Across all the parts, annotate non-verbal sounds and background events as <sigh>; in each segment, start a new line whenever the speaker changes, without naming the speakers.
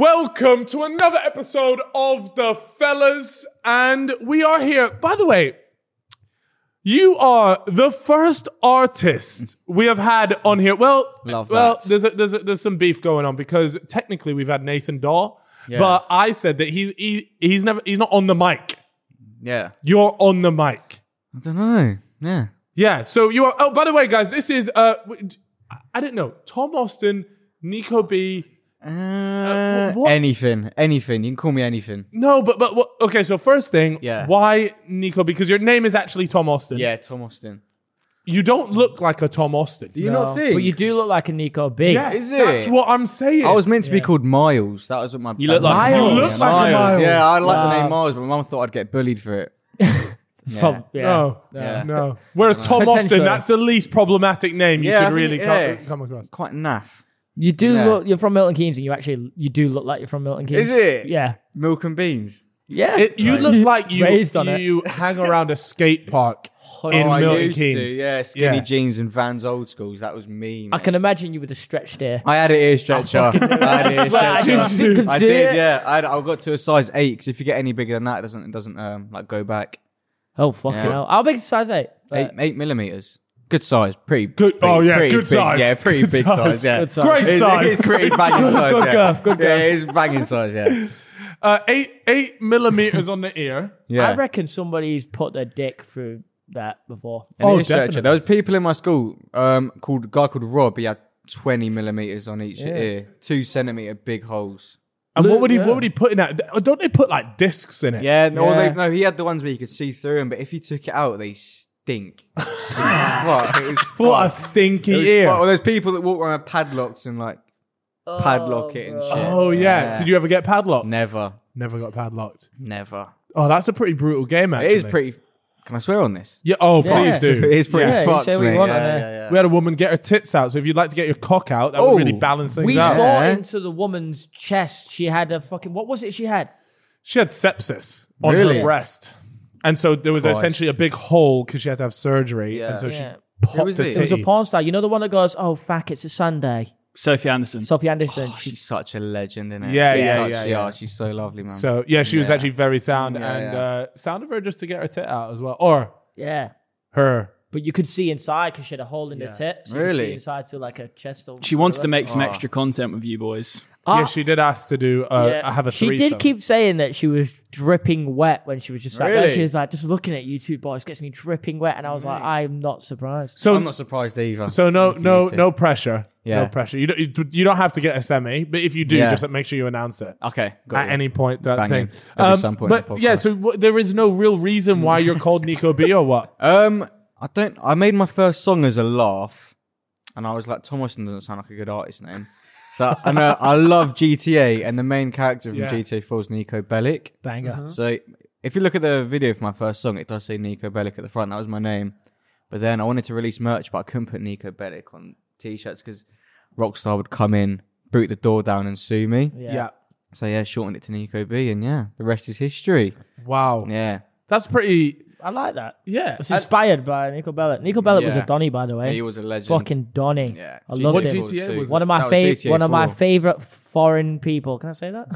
Welcome to another episode of The Fellas, and we are here. By the way, you are the first artist we have had on here. Well,
Love
well,
that.
there's a, there's a, there's some beef going on because technically we've had Nathan Daw,
Yeah.
but I said that he's he, he's never he's not on the mic.
Yeah.
You're on the mic.
I don't know. Yeah.
Yeah. So you are. Oh, by the way, guys, this is uh, w- I- I didn't know Tom Austin, Nico B.
Uh,
wh- what-
anything. Anything. You can call me anything.
Mm.
No, but but what- okay. So first thing,
Yeah.
Why Nico? Because your name is actually Tom Austin.
Yeah, Tom Austin.
You don't look like a Tom Austin.
Do you not think?
But you do look like a Nico B.
yeah,
Is it?
That's what I'm saying.
I was meant to be called Miles. That was what my You
look like Miles.
You look like a Miles.
Yeah, I like the
Wow.
name Miles, but my mum thought I'd get bullied for
<laughs>
it.
It's
Yeah.
prob- yeah.
No,
Yeah.
no. Whereas Tom
Potential.
Austin, that's the least problematic name you
Yeah, I
could
think-
really
yeah.
come, come across.
Quite naff.
You do
Yeah.
look you're from Milton Keynes and you actually you do look like you're from Milton
Is
Keynes.
it?
Yeah.
Milk and beans.
Yeah.
It, you look like you
Raised on it.
you hang around a skate park in
<laughs> oh, I
Milton
used
Keynes.
to. Yeah, skinny
Yeah.
jeans and Vans old schools. That was me.
I
mate.
can imagine you with a stretched ear.
I had an ear stretcher. I had an ear
<laughs> swear, I
stretcher.
can see- can
I
see
did,
it.
yeah. I, had, I got to a size eight because if you get any bigger than that, it doesn't it doesn't um like go back.
Oh fucking
Yeah.
hell. How big's a size eight?
Eight, eight millimeters. Good size. Pretty
Good-
pretty-
oh, yeah,
pretty
good
big,
size.
Yeah, pretty
Good
big
size.
size. Yeah,
Good size. Great
It's-
size.
It's pretty
Great
banging
size.
size.
Good
yeah.
girth, good
Yeah,
girth.
it's banging size. Yeah.
Uh, eight eight millimeters on the
<laughs>
ear.
Yeah.
I reckon somebody's put their dick through that before.
An
Oh,
ear stretcher.
definitely.
There was people in my school um called a guy called Rob. He had twenty millimeters on each ear, two centimeter big holes.
And what would he
Yeah.
what would he put in that? uh, Don't they put like discs in it?
Yeah, Or they,
Yeah.
no, he had the ones where you could see through them, but if you took it out, they stink. <laughs> what? It was
What a
fucked.
stinky
It was
ear.
fucked. Well, there's people that walk around with padlocks and like padlock it and shit.
Oh yeah. Did you ever get padlocked?
Never,
Never got padlocked.
never.
Oh, that's a pretty brutal game. Actually,
It is pretty. Can I swear on this?
Yeah. Oh,
Yeah.
please do.
It is pretty
Yeah, you
fucked,
say what you
mate.
want on
yeah,
there.
yeah, yeah.
We had a woman get her tits out. So if you'd like to get your cock out, that
Oh.
would really balance things
We
out.
saw
Yeah.
into the woman's chest. She had a fucking what was it she had?
She had sepsis on
Really?
her breast. And so there was
Christ.
essentially a big hole because she had to have surgery.
Yeah.
And so
Yeah.
she popped
was
the
it?
titty.
It
It was a porn star. You know the one that goes, Oh fuck, it's a Sunday.
Sophie Anderson.
Sophie Anderson.
Oh,
she,
she's such a legend, isn't
Yeah,
she's
yeah,
such,
yeah, yeah.
She's so lovely, man.
So yeah, she was actually very sound
Yeah,
and
yeah.
Uh, sound of her just to get her tit out as well. Or
yeah.
her.
But you could see inside because she had a hole in the tip. So You could
Really?
see inside to like a chest. or
She wants to
whatever.
make some extra content with you boys.
Ah,
yeah, she did ask to do uh,
yeah.
have a
She
threesome.
did keep saying that she was dripping wet when she was just sat there.
Really?
She was like, just looking at you two boys gets me dripping wet. And I was like, I'm not surprised.
so
I'm not surprised either.
so no
If you
no
need to.
no pressure. No
Yeah.
pressure. You don't you, you don't have to get a semi, but if you do,
Yeah.
just make sure you announce it.
Okay, got
at
you.
any point that thing.
Banging.
Um,
There'll be some point in
but
the podcast.
yeah, so w- there is no real reason why you're called Nico B or what.
Um, I don't. I made my first song as a laugh, and I was like, Thomason doesn't sound like a good artist name. So and uh, I love GTA, and the main character from
Yeah.
GTA 4 is Nico Bellic.
Banger.
So if you look at the video for my first song, it does say Nico Bellic at the front. That was my name. But then I wanted to release merch, but I couldn't put Nico Bellic on t-shirts because Rockstar would come in, boot the door down, and sue me.
Yeah.
So <laughs> yeah, shortened it to Nico B, and yeah, the rest is history.
Wow.
Yeah,
That's pretty.
I like that.
Yeah.
It's inspired by Nico Bellic. Nico Bellic was
Yeah.
a Donny, by the way.
he was a legend.
Fucking Donny.
yeah,
I loved
GTA
him.
was GTA was-
One of my
That was
favorite,
GTA
one of my
4.
favorite foreign people. Can I
<laughs>
say that?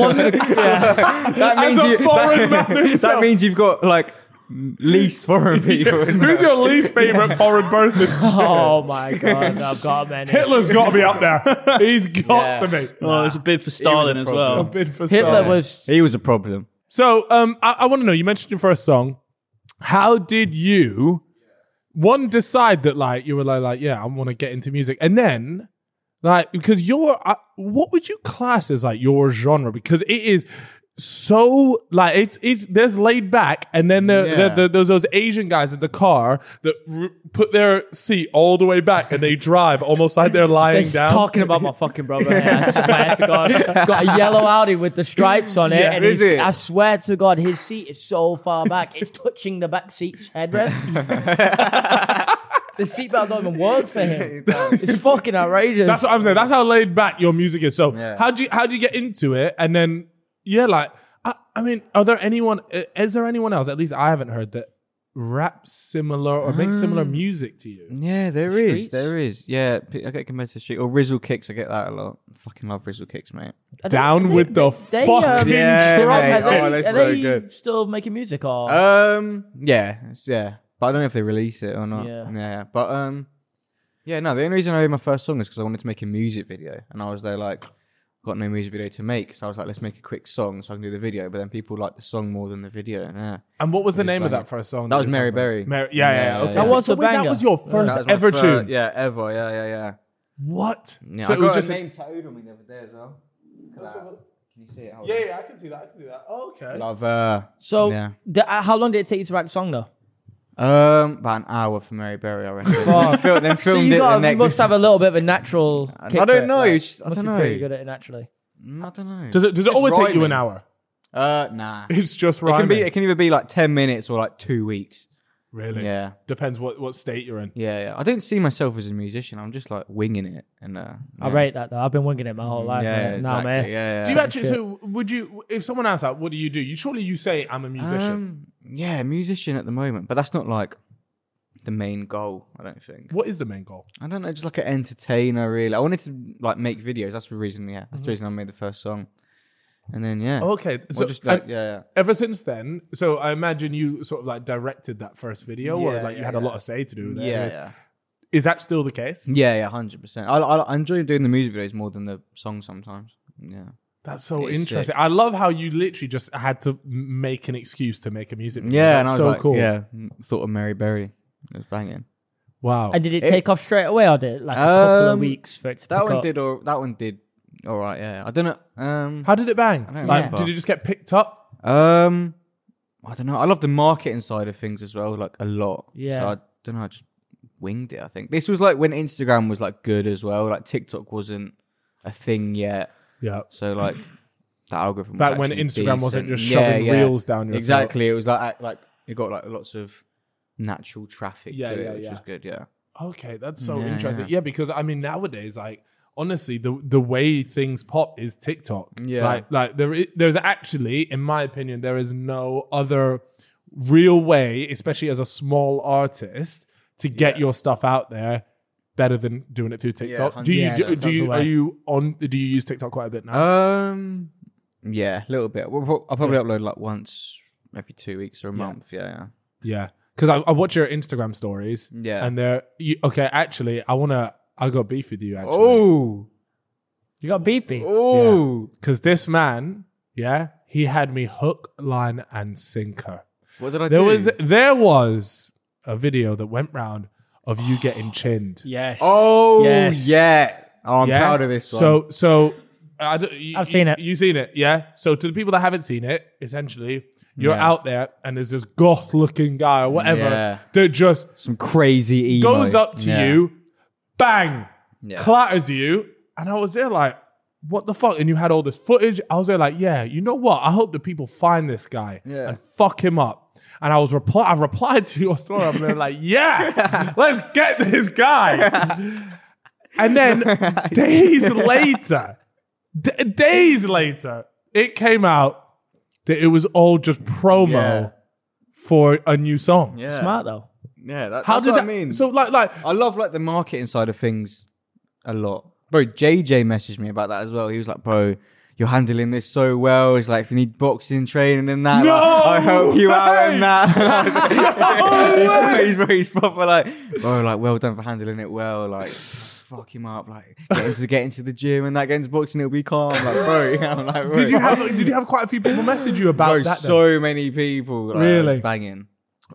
<laughs>
wasn't yeah.
<laughs> that
As
means
a
you,
foreign
<laughs> that,
man himself.
that means you've got like least
<laughs>
foreign people. <laughs> in
Who's your least favorite
<laughs>
foreign person?
Oh my god, I've got many.
Hitler's got to be up
<laughs>
there. He's got
Yeah.
to be.
Oh, there's a bid for Stalin
a
as
problem.
well.
Bid for
Hitler
Stalin.
was
he was a problem.
So, um, I, I want to know. You mentioned your first song. How did you one decide that like you were like, like yeah, I want to get into music, and then like because your uh, what would you class as like your genre? Because it is so like it's it's there's laid back, and then there,
Yeah.
there, there- there's those Asian guys in the car that r- put their seat all the way back and they drive almost like they're lying
It's
down.
talking about my fucking brother. here, I swear to God, it's got a yellow Audi with the stripes on it, and
Is
he's,
it?
I swear to God, his seat is so far back, it's touching the back seat's
<laughs>
headrest. the seatbelt don't even work for him. It's fucking outrageous.
That's what I'm saying. That's how laid back your music is. So
Yeah.
how do you how do you get into it? And then yeah, like I, I mean, are there anyone? i- Is there anyone else? At least I haven't heard that rap similar or make similar
Mm.
music to you.
Yeah, there is,
Streets?
There is. Yeah, p- I get compared to street or Rizzle kicks. I get that a lot. Fucking love Rizzle kicks, mate.
Are they-
Down
they-
with the
they, um,
fucking
Yeah,
drum.
mate.
Are they,
Oh, that's
are
so
they
good.
still making music or?
Um, yeah, it's- yeah, but I don't know if they release it or not.
Yeah.
Yeah, but um, yeah, no. The only reason I made my first song is because I wanted to make a music video, and I was there like, got no music video to make, so I was like, let's make a quick song so I can do the video. But then people liked the song more than the video. and, Yeah,
And what was the name of
banging.
that first song?
That was
you
Mary
sang about?
Berry.
Mary, yeah, yeah,
Yeah,
yeah. Okay.
yeah,
yeah.
So wait, that
Banger.
was your first
That was my
ever
fir-
tune.
Yeah, ever. Yeah, yeah, yeah.
What?
Yeah,
So
I
it
got
was
her
just a-
name tattooed on me the other day as well. Look at that. Can you see it? Hold
yeah,
on.
yeah. I can see that. I can see that. Oh, okay.
Love her.
so,
yeah.
d- uh, how long did it take you to write the song though?
Um, about an hour for Mary Berry, I reckon.
Oh,
<laughs>
Fuck.
Fil- then filmed
So you
it
got,
the next. <laughs>
must have a little bit of a natural.
I
kick
don't
for it,
know,
like,
it's just- I
must
don't
be pretty
know.
good at it naturally.
I don't know.
Does it does it
Just
always take you an
rhyming.
hour?
Uh, nah. It
It's just
can
rhyming.
be. It can either be like ten minutes or like two weeks.
really?
Yeah,
Depends what what state you're in.
yeah, yeah. I don't see myself as a musician. I'm just like winging it, and uh,
I
yeah. Mm,
rate that though. I've been winging it my whole life.
Yeah,
man.
exactly.
Nah, man.
Yeah, yeah.
Do you actually? So would you? If someone asked that, what do you do? You surely you say I'm a musician.
Um, yeah, musician at the moment, but that's not like the main goal. I don't think.
what is the main goal?
I don't know, just like an entertainer, really. I wanted to like make videos. That's the reason. Yeah, that's the reason I made the first song, and then yeah,
Mm-hmm. Okay,
Or
so um,
just like
and
yeah, yeah.
ever since then, so I imagine you sort of like directed that first video, or
Yeah,
like you
yeah,
had a
yeah.
lot of say to do with it.
Yeah, yeah,
Is that still the case?
yeah, yeah, hundred percent. I, I I enjoy doing the music videos more than the songs sometimes. Yeah,
That's so
It is
interesting. I love how you literally just had to m- make an excuse to make a music video.
yeah, and
That's
I was
so
like,
cool.
yeah, mm, thought of Mary Berry. It was banging.
Wow.
And did it take off straight away, or did it like a couple of
Um,
weeks for it to
That
pick
one
up?
did, or that one did, all right. Yeah, I don't know. Um,
how did it bang?
don't
Like,
remember.
did it just get picked up?
um, I don't know. I love the marketing side of things as well, like a lot.
Yeah.
so I don't know. I just winged it. I think this was like when Instagram was like good as well. Like TikTok wasn't a thing yet,
Yeah.
so like. The algorithm was
Back when
actually
Instagram wasn't
decent.
just shoving reels down your throat.
exactly. It was like act- like it got like lots of natural traffic
Yeah,
to
yeah,
it, which
yeah.
is good. Yeah,
Okay, that's so
Yeah,
interesting. Yeah.
yeah.
because I mean nowadays, like honestly, the the way things pop is TikTok.
Yeah.
like like there i- there's actually, in my opinion, there is no other real way, especially as a small artist, to get your stuff out there better than doing it through TikTok. do you
Yeah,
do,
TikTok's the
you
way.
are you on? Do you use TikTok quite a bit now?
Um, yeah, a little bit. We'll pro- I'll probably upload like once every two weeks or a month. Yeah, yeah.
Yeah, because I, I watch your Instagram stories.
Yeah.
and they're you, okay. Actually, I wanna. I got beef with you. Actually.
Oh,
You got beepy.
oh.
Because this man, yeah, he had me hook, line, and sinker.
What did I
There
do?
was there was a video that went round of you
<gasps>
getting chinned.
Yes.
oh,
Yes.
yeah. Oh, I'm
Yeah?
proud of this one.
So so I don't- you,
I've seen
you-
it.
You've seen it, yeah. So to the people that haven't seen it, essentially, you're
Yeah.
out there and there's this goth looking guy or whatever
Yeah.
that just
some crazy emo
goes up to
Yeah.
you, bang,
Yeah.
clatters you, and I was there like, what the fuck? And you had all this footage. I was there like, yeah, you know what? I hope that people find this guy
Yeah.
and fuck him up. And I was reply, I replied to your story. I'm there like,
<laughs>
yeah, let's get this guy. and
<laughs>
then days later, d- days later, it came out that it was all just promo
Yeah.
for a new song.
Yeah,
Smart though.
Yeah, that,
How
that's
did
what
that
I mean?
So like, like
I love like the marketing side of things a lot. Bro, JJ messaged me about that as well. He was like, bro, you're handling this so well. It's like if you need boxing training and that,
No
like, I help you out
way!
in <laughs>
<laughs>
that. he's, he's, he's proper like, bro, like well done for handling it well. Like, fuck him up. Like, get into get into the gym and that, get into boxing, it'll be calm. Like, bro, <laughs> I'm like, bro.
Did you have did you have quite a few people message you about
bro,
that? then?
so many people like,
Really?
just banging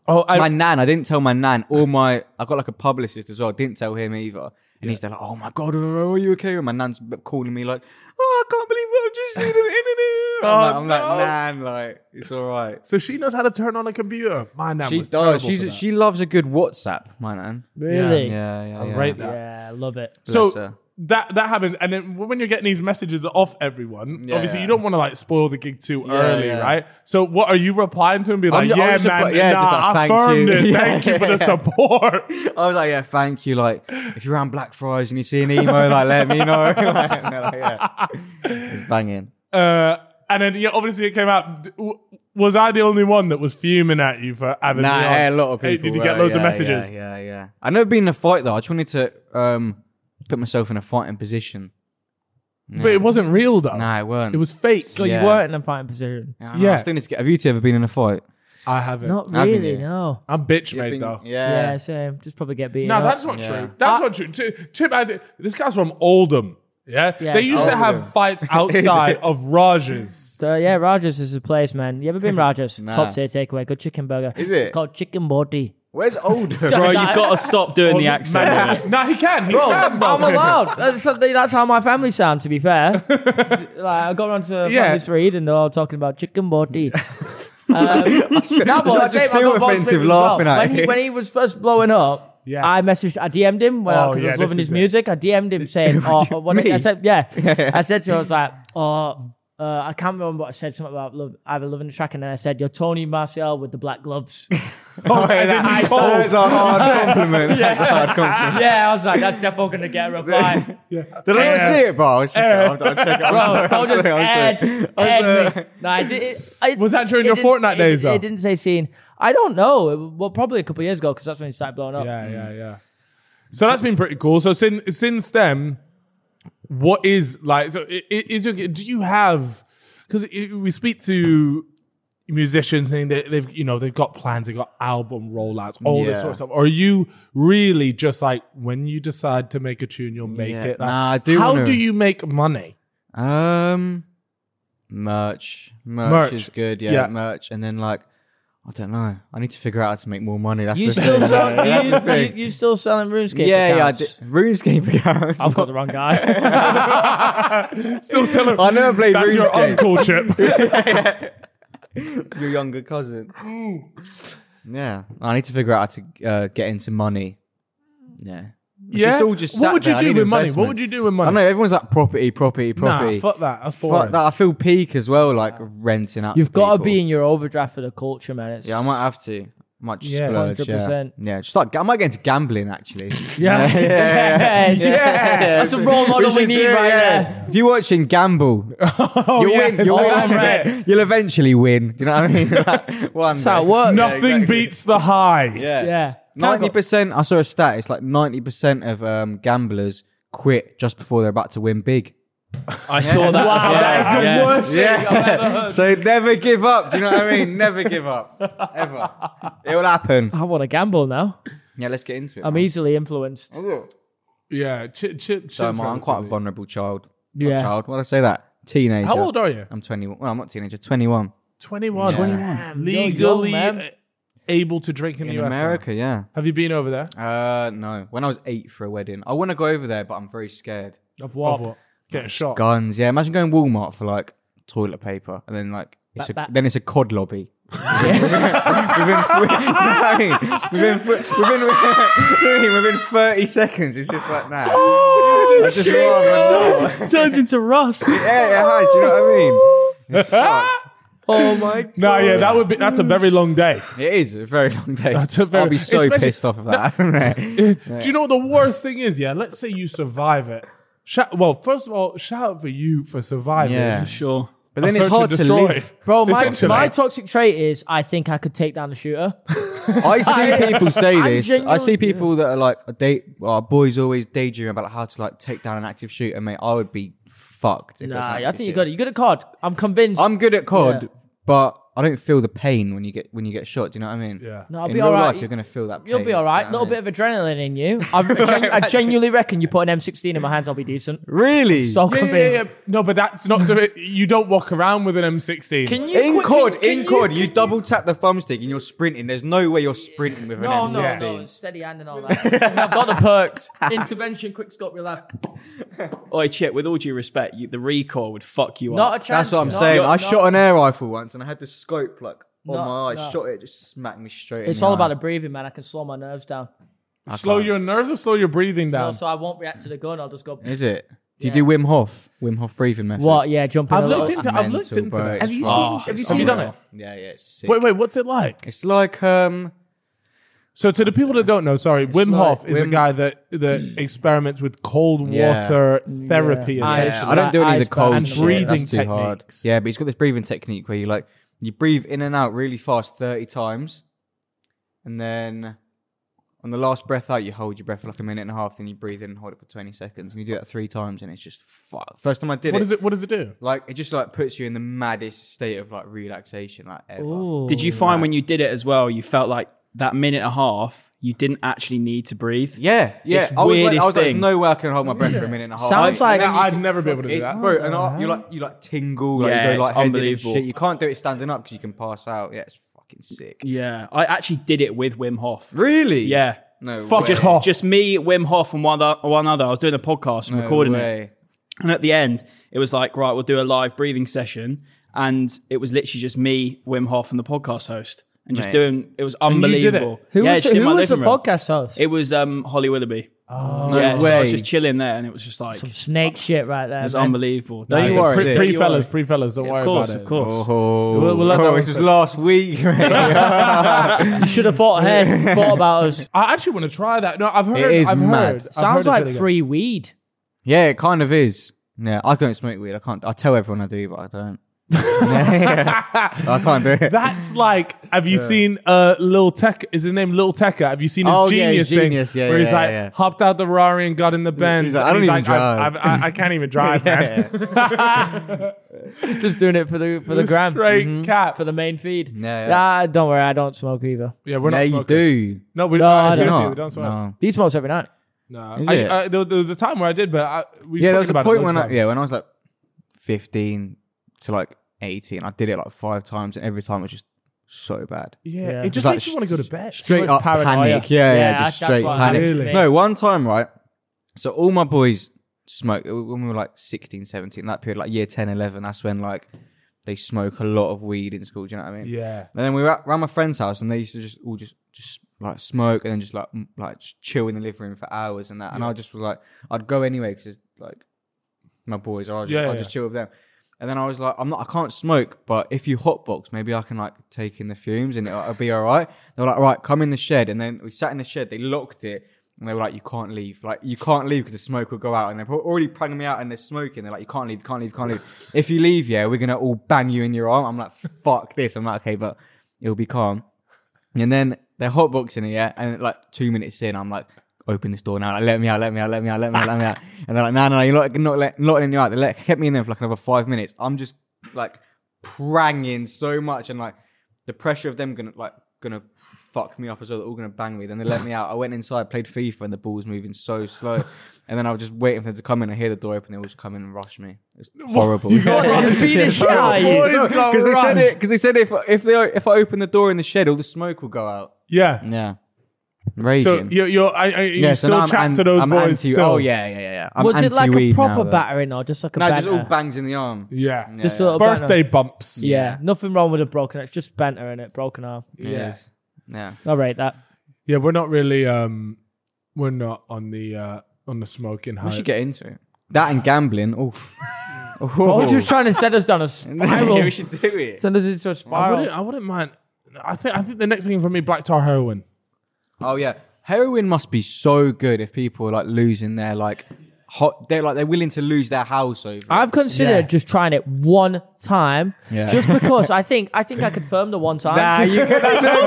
oh, I,
my nan, I didn't tell my nan or my, I got like a publicist as well, didn't tell him either. And he's there like, oh my God, oh, are you okay? And my nan's b- calling me like, oh, I can't believe what I've just seen on the internet. I'm, like,
Oh,
I'm
no.
like, nan, like, it's all right.
so she knows how to turn on a computer. My nan
She
was terrible
does.
for that.
She's, she loves a good WhatsApp, my nan.
Really?
Yeah, yeah,
I'll
yeah.
rate that.
Yeah, love it.
so
Bless her.
that that happened, and then when you're getting these messages off everyone,
Yeah,
obviously
yeah.
you don't want to like spoil the gig too early,
yeah.
right? So what are you replying to and be like,
ju- I'm
yeah,
just
man,
repli- yeah,
nah,
just like,
I
thank
firmed
you."
it.
<laughs> Yeah,
Thank you for the
yeah.
support. <laughs>
I was like, yeah, thank you. Like, if you're around Blackfriars and you see an emo, like, let me know. <laughs> like, and they're like, yeah. <laughs> It's banging.
uh, and then yeah, obviously it came out. d- w- was I the only one that was fuming at you for having
Nah,
me on?
yeah, a lot of people.
Hey, did you get
were,
loads of
yeah,
messages?
Yeah, yeah, yeah. I never been in a fight though. I just wanted to um, put myself in a fighting position.
But it wasn't real though.
Nah, it weren't.
It was fake.
So
Yeah.
you weren't in a fighting position.
Yeah,
yeah.
I still need to get. Have you two ever been in a fight?
I haven't.
Not
Haven't
really,
you?
no.
I'm bitch
You've
made
been-
though.
Yeah,
Yeah.
same. Just probably get beaten.
No,
up.
that's not
Yeah.
true. That's not true. Ti- Tip, I did- this guy's from Oldham. Yeah,
Yeah,
they
it's
used to
Oldham.
have
<laughs>
fights outside of Raj's.
So yeah, Rogers is the place, man. You
<laughs>
ever been Rogers?
Nah.
Top tier takeaway, good chicken burger.
Is it?
It's called chicken body.
Where's
<laughs>
Oldham?
Bro,
Nah.
you've got to stop doing the accent. innit?
<laughs> Man, nah, he can. He
Oh,
can.
I'm allowed. That's something. That's how my family sound. To
<laughs>
be fair, like I got on to
Yeah.
yeah. read and they're all talking about
<laughs>
chicken body. No, but
I
I
just
say, I
feel
got balls
offensive
with him as well.
laughing at
when he,
it.
when he was first blowing up,
Yeah.
I messaged, I DM'd him when I,
Oh,
'cause I
yeah,
was
this
loving
is
his
it.
music. I DM'd him
<laughs>
saying, "Oh,
you-
what I
me?
said, yeah, I said to him, I was like, oh." Uh, I can't remember what I said. Something about love, either loving the track, and then I said, "You're Tony Martial with the black gloves."
<laughs> Oh,
Wait,
as in
that-
he's
that is
cold. <laughs>
a hard compliment. That's a hard compliment.
<laughs> yeah, I was like, "That's definitely gonna get
<laughs>
a reply."
Did I
Yeah.
not see it, bro? I'll check it. I'll, I'll check it. I'm
Bro,
sorry.
<laughs> I'll
I'm
just
sorry. I'm
add,
sorry.
add
sorry.
me. No, I did, it, I-
Was that during
it
your
didn't-
Fortnite
it-
days,
It,
though?
didn't say scene. I don't know. It, well, probably a couple of years ago because that's when it started blowing up.
Mm.
Yeah, yeah, yeah. So that's been pretty cool. So since since then, what is like? So i- i- is your, do you have? Because we speak to musicians saying that they've you know they've got plans, they've got album rollouts, all this
Yeah.
sort of stuff. Or are you really just like when you decide to make a tune, you'll make
Yeah.
it? Like,
Nah, I do
How
wanna-
do you make money?
Um, merch. merch,
Merch.
is good. Yeah,
Yeah.
merch, and then like, I don't know. I need to figure out how to make more money. That's
You
the
still
<laughs>
thing.
sell,
That's
you,
the thing.
you, you still selling RuneScape?
<laughs> yeah, yeah. I did.
accounts?
RuneScape accounts.
I've got the wrong guy.
Still selling.
<laughs> I never
<laughs>
played
That's your
RuneScape.
uncle
<laughs>
chip.
your younger cousin. yeah, I need to figure out how to uh, get into money. Yeah. It's
yeah.
just all just
what
sat
would
there.
you
I
do
need
with money? What
investment.
would you do with money?
I know everyone's like property, property, property.
Nah, fuck that. That's boring.
Fuck that. I feel peak as well, like renting out.
You've got
got
to be in your overdraft for the culture, man. It's,
Yeah, I might have to. I might just
Yeah.
splurge. Yeah.
100%.
yeah, just like I might get into gambling actually.
<laughs> yeah, yeah,
<laughs>
<laughs> That's a role model we,
should
need
do it,
right
yeah.
there.
If you're watching gamble, you'll
yeah.
win. You'll,
<laughs> Oh,
win. <laughs>
right.
you'll eventually win. Do you know what I mean? <laughs> Like, One
That's how it
day.
works.
Nothing beats the high.
Yeah.
Yeah.
Ninety percent. I saw a stat. It's like ninety percent of um, gamblers quit just before they're about to win big.
<laughs> I saw that.
Wow,
as well.
that is the
Yeah.
worst thing I've ever <laughs> heard.
So never give up. Do you know what I mean? Never give up. Ever. It will happen.
I want to gamble now.
Yeah, let's get into it.
I'm easily influenced.
Yeah, ch- ch- ch-
So am I. I'm quite a vulnerable child. Not
Yeah.
child. What I say that? Teenager.
How old are you?
I'm 21. Well, I'm not teenager. 21.
21.
Damn, you're young,
Legally
man.
able to drink in,
In
the US.
America, yeah.
Have you been over there?
Uh, no. When I was eight for a wedding, I want to go over there, but I'm very scared.
Of what?
Of what? Getting shot.
Guns. Yeah. Imagine going Walmart for like toilet paper, and then like it's a,
Bat- bat.
then it's a cod
<laughs>
lobby. <laughs> within, three, <laughs> you know what I mean? within, fr- within, <laughs> within, within 30 seconds, it's just like that.
Oh,
I just rather not.
It turns into <laughs> rust.
Yeah, it has. You know what I mean?
<laughs> Oh my god.
No, yeah, that would be. That's a very long day.
It is a very long day.
That's a very-
I'll be so
especially-
pissed off if that
<laughs>
happened. mate.
Do you know what the worst thing is? Yeah, let's say you survive it. Shout, well, first of all, shout out for you for surviving.
Yeah.
For sure.
But then it's hard to live.
Bro, my,
Essentially.
my toxic trait is I think I could take down the shooter. <laughs>
I see people say
I'm
this. I
genuinely-
see people that are like, they, oh, boys always daydream about how to like take down an active shooter. Mate, I would be fucked. If it was
Nah,
an
I
active
think you
shooter.
got it. You got a card. I'm convinced.
I'm good at COD,
Yeah.
but I don't feel the pain when you get when you get shot. Do you know what I mean?
Yeah.
No, I'll
In
be
real
all
life,
right.
you're gonna feel that.
You'll
pain,
be all
you
right.
know
Little
what I
bit of adrenaline in you. I, genu- I genuinely reckon you put an M16 in my hands, I'll be decent.
mean? Really?
So
Yeah, yeah,
convinced.
yeah. No, but that's not so. You don't walk around with an M16.
Can you
in
quick-
COD,
can- can
in COD, you, double tap the thumbstick and you're sprinting. There's no way you're sprinting with an
Oh, No, no,
M16.
no, steady hand and all that. I've got the perks. Intervention, quick scope, real life.
Oi, Chip, with all due respect, you, the recoil would fuck you
Not a
up.
chance.
That's what I'm
No,
saying.
no,
I
no.
shot an air rifle once and I had the scope like on
No,
my eye.
no.
Shot it, just smacked me straight.
It's
in
all
the
about
eye.
the breathing, man. I can slow my nerves down.
slow your nerves or slow your breathing
No,
down?
so I won't react to the gun. I'll just go.
Is it? Do you do Wim Hof? Wim Hof breathing method.
What? Yeah, jumping.
I've
a
looked
little-
into. I've looked
mental,
into.
bro.
that.
It's
Have you
Oh,
seen? Have you
it's
seen
unreal.
done it?
Yeah, yeah. It's sick.
Wait, wait. What's it like?
It's like um.
So to the people that don't know, sorry, Wim
like
Hof is a
Wim-
guy that
<clears throat>
that experiments with cold
Yeah.
water therapy
Yeah.
essentially.
Yeah, I don't do any of
ice
the cold
baths
and
shit.
breathing
That's too hard.
techniques.
Yeah, but he's got this breathing technique where you like You breathe in and out really fast 30 times. And then on the last breath out, you hold your breath for like a minute and a half. Then you breathe in and hold it for 20 seconds. And you do that three times. And it's just fuck. First time I did
What
it,
does it? What does it do?
like, it just like puts you in the maddest state of like relaxation, like ever.
Did you find when you did it as well, you felt like that minute and a half, you didn't actually need to breathe?
Yeah, yeah.
It's
I was, like, I
weirdest
was like, there's
thing.
no way I can hold my breath for a minute and a half.
Sounds
I-
like-
No, I'd never be able to do
It's,
that.
bro, and I, you like you like tingle, like
Yeah,
you go
it's
like headed and
unbelievable.
shit. You can't do it standing up because you can pass out. Yeah, it's fucking sick.
Yeah. I actually did it with Wim Hof.
Really?
Yeah.
No.
Fuck
way.
it off.
Just me, Wim Hof, and one other. One other. I was doing a podcast and
No
recording it.
way.
And at the end, it was like, right, we'll do a live breathing session. And it was literally just me, Wim Hof, and the podcast host. And just
Mate.
doing, it was
you did it?
unbelievable.
Who
yeah,
was,
just in
who
my
was the
living room.
podcast host?
It was um, Holly Willoughby.
Oh,
No
yeah, so I was
way.
just chilling there and it was just like,
Some
it
snake shit right there.
was
man.
unbelievable.
No,
Don't
it's
you worry.
sick.
Pre,
Don't
pre
you
fellas,
worry.
pre fellas, don't worry
Of course,
about
of
it.
course.
Oh,
We'll- we'll let that
oh
one
this was
sit.
last week. mate.
You should have thought <laughs> ahead, thought about us.
I actually want to try that. No, I've heard.
is
I've
mad.
heard. I've
Sounds
heard it's
like
really good.
free weed.
<laughs>
<laughs>
yeah, it kind of is. Yeah, I don't smoke weed. I can't. I tell everyone I do, but I <laughs> don't. I can't do it.
That's like, have you seen uh, Lil Tech? Is his name Lil Tecca? Have you seen his
Oh, yeah,
genius
his
thing?
Genius, yeah,
where he's
yeah,
like,
yeah.
hopped out the Rari and got in the Benz.
like, I
and
don't
he's
even
like,
drive.
I, I, I can't even
<laughs>
drive, man. <laughs>
Just doing it for the for the gram, Mm-hmm.
Straight cat.
for the main feed.
Yeah, yeah.
Nah, don't worry, I don't smoke either.
yeah, we're
yeah,
not
you
smokers.
do.
No, we,
No, I
no,
don't.
seriously,
Not.
we don't smoke.
No.
He smokes every night.
No,
Is
I,
it?
I, there, there was a time where I did, but I, we
Yeah,
spoke
there was a
about it
point
all the
when I,
time.
yeah, when I was like 15 to like 18, I did it like five times, and every time it was just so bad.
yeah,
Yeah.
it just
It's like
makes you want to go to bed.
Straight
much
up
paranoia.
panic. Yeah, yeah,
Yeah,
just
that's
straight
what I
panic.
was thinking.
No, one time, right? So all my boys smoked when we were like 16, 17, that period, like year 10, 11, that's when like they smoke a lot of weed in school. Do you know what I mean?
Yeah,
And then we were at, around my friend's house, and they used to just all just just like smoke and then just like m- like just chill in the living room for hours and that. And I just was like, I'd go anyway because it's like my boys. I just
Yeah,
I
yeah,
just chill with them. And then I was like, I'm not, I can't smoke, but if you hotbox, maybe I can like take in the fumes and it'll, it'll be all right. They're like, all right, come in the shed. And then we sat in the shed. They locked it. And they were like, you can't leave. Like, you can't leave because the smoke will go out. And they're already pranging me out and they're smoking. They're like, you can't leave, can't leave, can't leave.
<laughs>
if you leave, yeah, we're going to all bang you in your arm. I'm like, fuck this. I'm like, okay, but it'll be calm. And then they're hotboxing it, yeah. And like two minutes in, I'm like, open this door now. Like, let me out, let me out, let me out, let me out, let me out. And they're like, no, no, no, you're not, not let, not letting you out. They let, kept me in there for like another five minutes. I'm just like pranging so much and like the pressure of them gonna like gonna fuck me up as well. They're all gonna bang me. Then they let me out. I went inside, played FIFA, and the ball was moving so slow. And then I was just waiting for them to come in. I hear the door open. They all just come in and rush me. It's horrible. <laughs>
<laughs>
You beat the shit out of you.
Because they said it. Because they said if if they if I open the door in the shed, all the smoke will go out.
yeah.
Yeah, raging.
So you're, you're, I, I, you
yeah, so
still
now
chat
I'm, an-
to those
I'm
boys
anti-
still?
Oh yeah, yeah, yeah. yeah. I'm
Was it like a
anti-weed now,
proper
though.
battering or just like a
No,
banter?
just all bangs in the arm.
yeah.
Yeah,
Just
yeah.
a little banter.
Birthday bumps.
Yeah. nothing wrong with a broken. It's just banter in it, broken arm.
Yeah. it is. yeah.
All right, that.
Yeah, we're not really um we're not on the uh on the smoking high.
We should get into it. That and gambling. Oh, <laughs>
I was just trying to send us down a spiral.
we should do it.
send us into a
I
spiral.
wouldn't I wouldn't mind I think I think the next thing for me black tar heroin.
Oh yeah, heroin must be so good if people are like losing their like hot. They're like they're willing to lose their house over. it.
I've considered just trying it one time,
Yeah. <laughs>
just because I think I think I confirm the one time.
nah, you <laughs> that's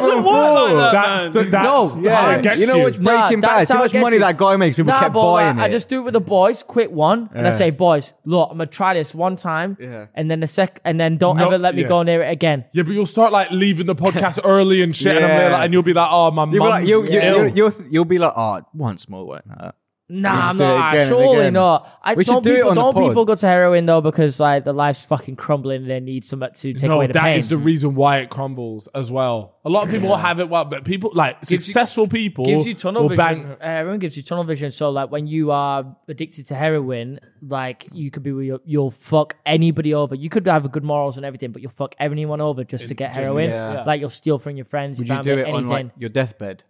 over
that,
That's the, that's how
No,
Yeah,
it gets
you know what's
Nah,
Breaking
that's
Bad? See
how
how
it
much
gets
money
you.
that guy makes. People
Nah,
kept
but
buying
I, I
it.
just do it with the boys, quit one, and I say, boys, look, I'm gonna try this one time,
Yeah.
and then the sec, and then don't
No,
ever let me
yeah.
go near it again.
Yeah, but you'll start like leaving the
<laughs>
podcast early and shit, and, I'm
Yeah.
there, like, and you'll be like, "Oh, my
You'll be
mum's
like, you'll,
ill."
you'll, you'll, you'll, th- you'll be like, oh, once more won't hurt.
Nah, I'm
just do it
not.
again and
surely
again.
not. I
We should
don't
do it
people
on the
don't
pod.
people go to heroin though because like the life's fucking crumbling and they need something to take
no,
away the
that
pain.
is the reason why it crumbles as well. A lot of people have it well, but people like successful people
gives you tunnel
will
vision.
bang-
Uh, Heroin gives you tunnel vision. So like when you are addicted to heroin, like you could be with your, you'll fuck anybody over. You could have good morals and everything, but you'll fuck anyone over just to get heroin.
yeah. Yeah.
Like you'll steal from your friends,
Would
your
you
family,
do it
anything.
on like your deathbed?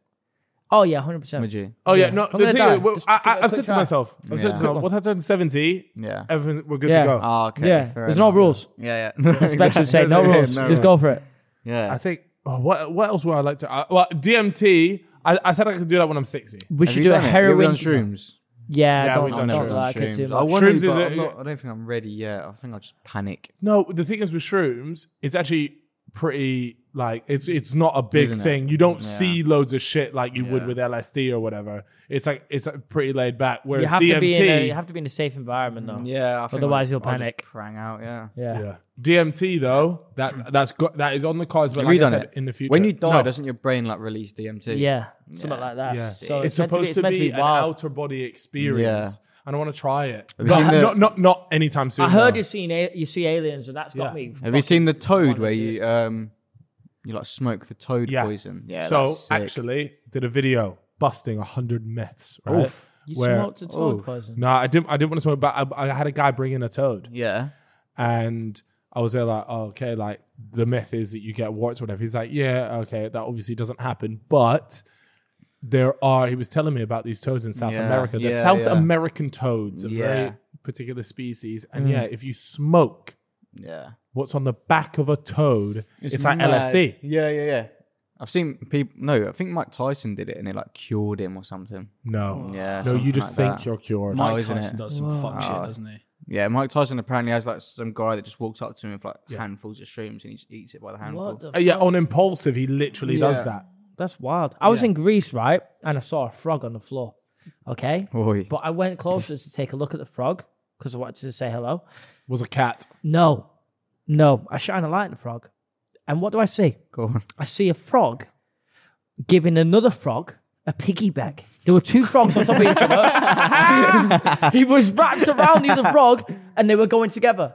oh yeah, hundred
Would
percent.
you?
Oh yeah,
Yeah.
no.
I'm
The
gonna
thing
die.
is, well,
Just give
I,
it a
I, I've
quick
said to
try.
myself, I've said to
Yeah.
myself, once I turn seventy,
Yeah.
everything we're good
Yeah.
to go.
Oh, okay.
Yeah,
fair
there's no
enough.
rules.
Yeah, yeah.
<laughs> Specs would say
<laughs>
no
Yeah,
rules.
no
just go for it.
Yeah.
I think. Oh, what what else would I like to? Uh, well, DMT. I, I said I could do that when I'm 60.
We
Have
should
you
do a
done it? You ever
heroin.
done shrooms.
Yeah,
Yeah,
don't,
we've
don't,
done
don't
shrooms.
like it too
I
much.
want-
wonder,
Shrooms is
but
a-
I'm not- I don't think I'm ready yet. I think I'll just panic.
No, the thing is with shrooms, it's actually pretty like it's it's not a big
Isn't it?
thing. You don't
Yeah.
see loads of shit like you would
Yeah.
with LSD or whatever. It's like it's like, pretty laid back. Whereas
you have
DMT,
to be in a you have to be in a safe environment though.
Yeah. I think
Otherwise
I'll-
you'll
I'll just
panic.
Prang out. Yeah.
Yeah.
yeah. DMT though that that's got that is on the cards. But
Have
like
you
I
done
said,
it
in the future
When you die,
No.
doesn't your brain like release DMT?
Yeah, something like that.
Yeah.
So
it's,
it's, meant
supposed
to be, it's meant
an
wild.
outer body experience. And I want to try it,
Have
but
you seen the-
not not not anytime soon.
I heard
though.
you've seen a- you see aliens, and that's got me.
Have you seen the toad where you um you like smoke the toad
Yeah.
poison? Yeah.
so
that's sick.
actually, did a video busting hundred myths. Right?
Oof.
You
Where-
smoked a toad poison.
No, I didn't. I didn't want to smoke, but I, I had a guy bring in a toad,
Yeah.
and I was there like, oh, okay, like the myth is that you get warts or whatever. He's like, yeah, okay, that obviously doesn't happen, but there are. He was telling me about these toads in South
Yeah,
America. The
yeah,
South
yeah.
American toads, a
Yeah. Mm.
very particular species, and yeah, if you smoke
Yeah.
what's on the back of a toad, it's, like
mad.
LSD.
Yeah, yeah, yeah. I've seen people. No, I think Mike Tyson did it, and it like cured him or something.
No,
Yeah.
no, you
something
just
like
think
that.
you're cured.
Oh,
Mike
isn't
Tyson
it?
does some fuck shit, doesn't he?
Yeah, Mike Tyson apparently has like some guy that just walks up to him with like handfuls of shrooms and he just eats it by the handful.
What the
Uh, yeah, on impulsive, he literally does
Yeah.
that.
That's wild. I was in Greece, right? And I saw a frog on the floor. Okay.
Oi.
But I went closer to take a look at the frog because I wanted to say hello.
Was a cat.
No, no. I shine a light at the frog. And what do I see?
Go on.
I see a frog giving another frog a piggyback. There were two frogs on top of each other. he was wrapped around the other frog and they were going together.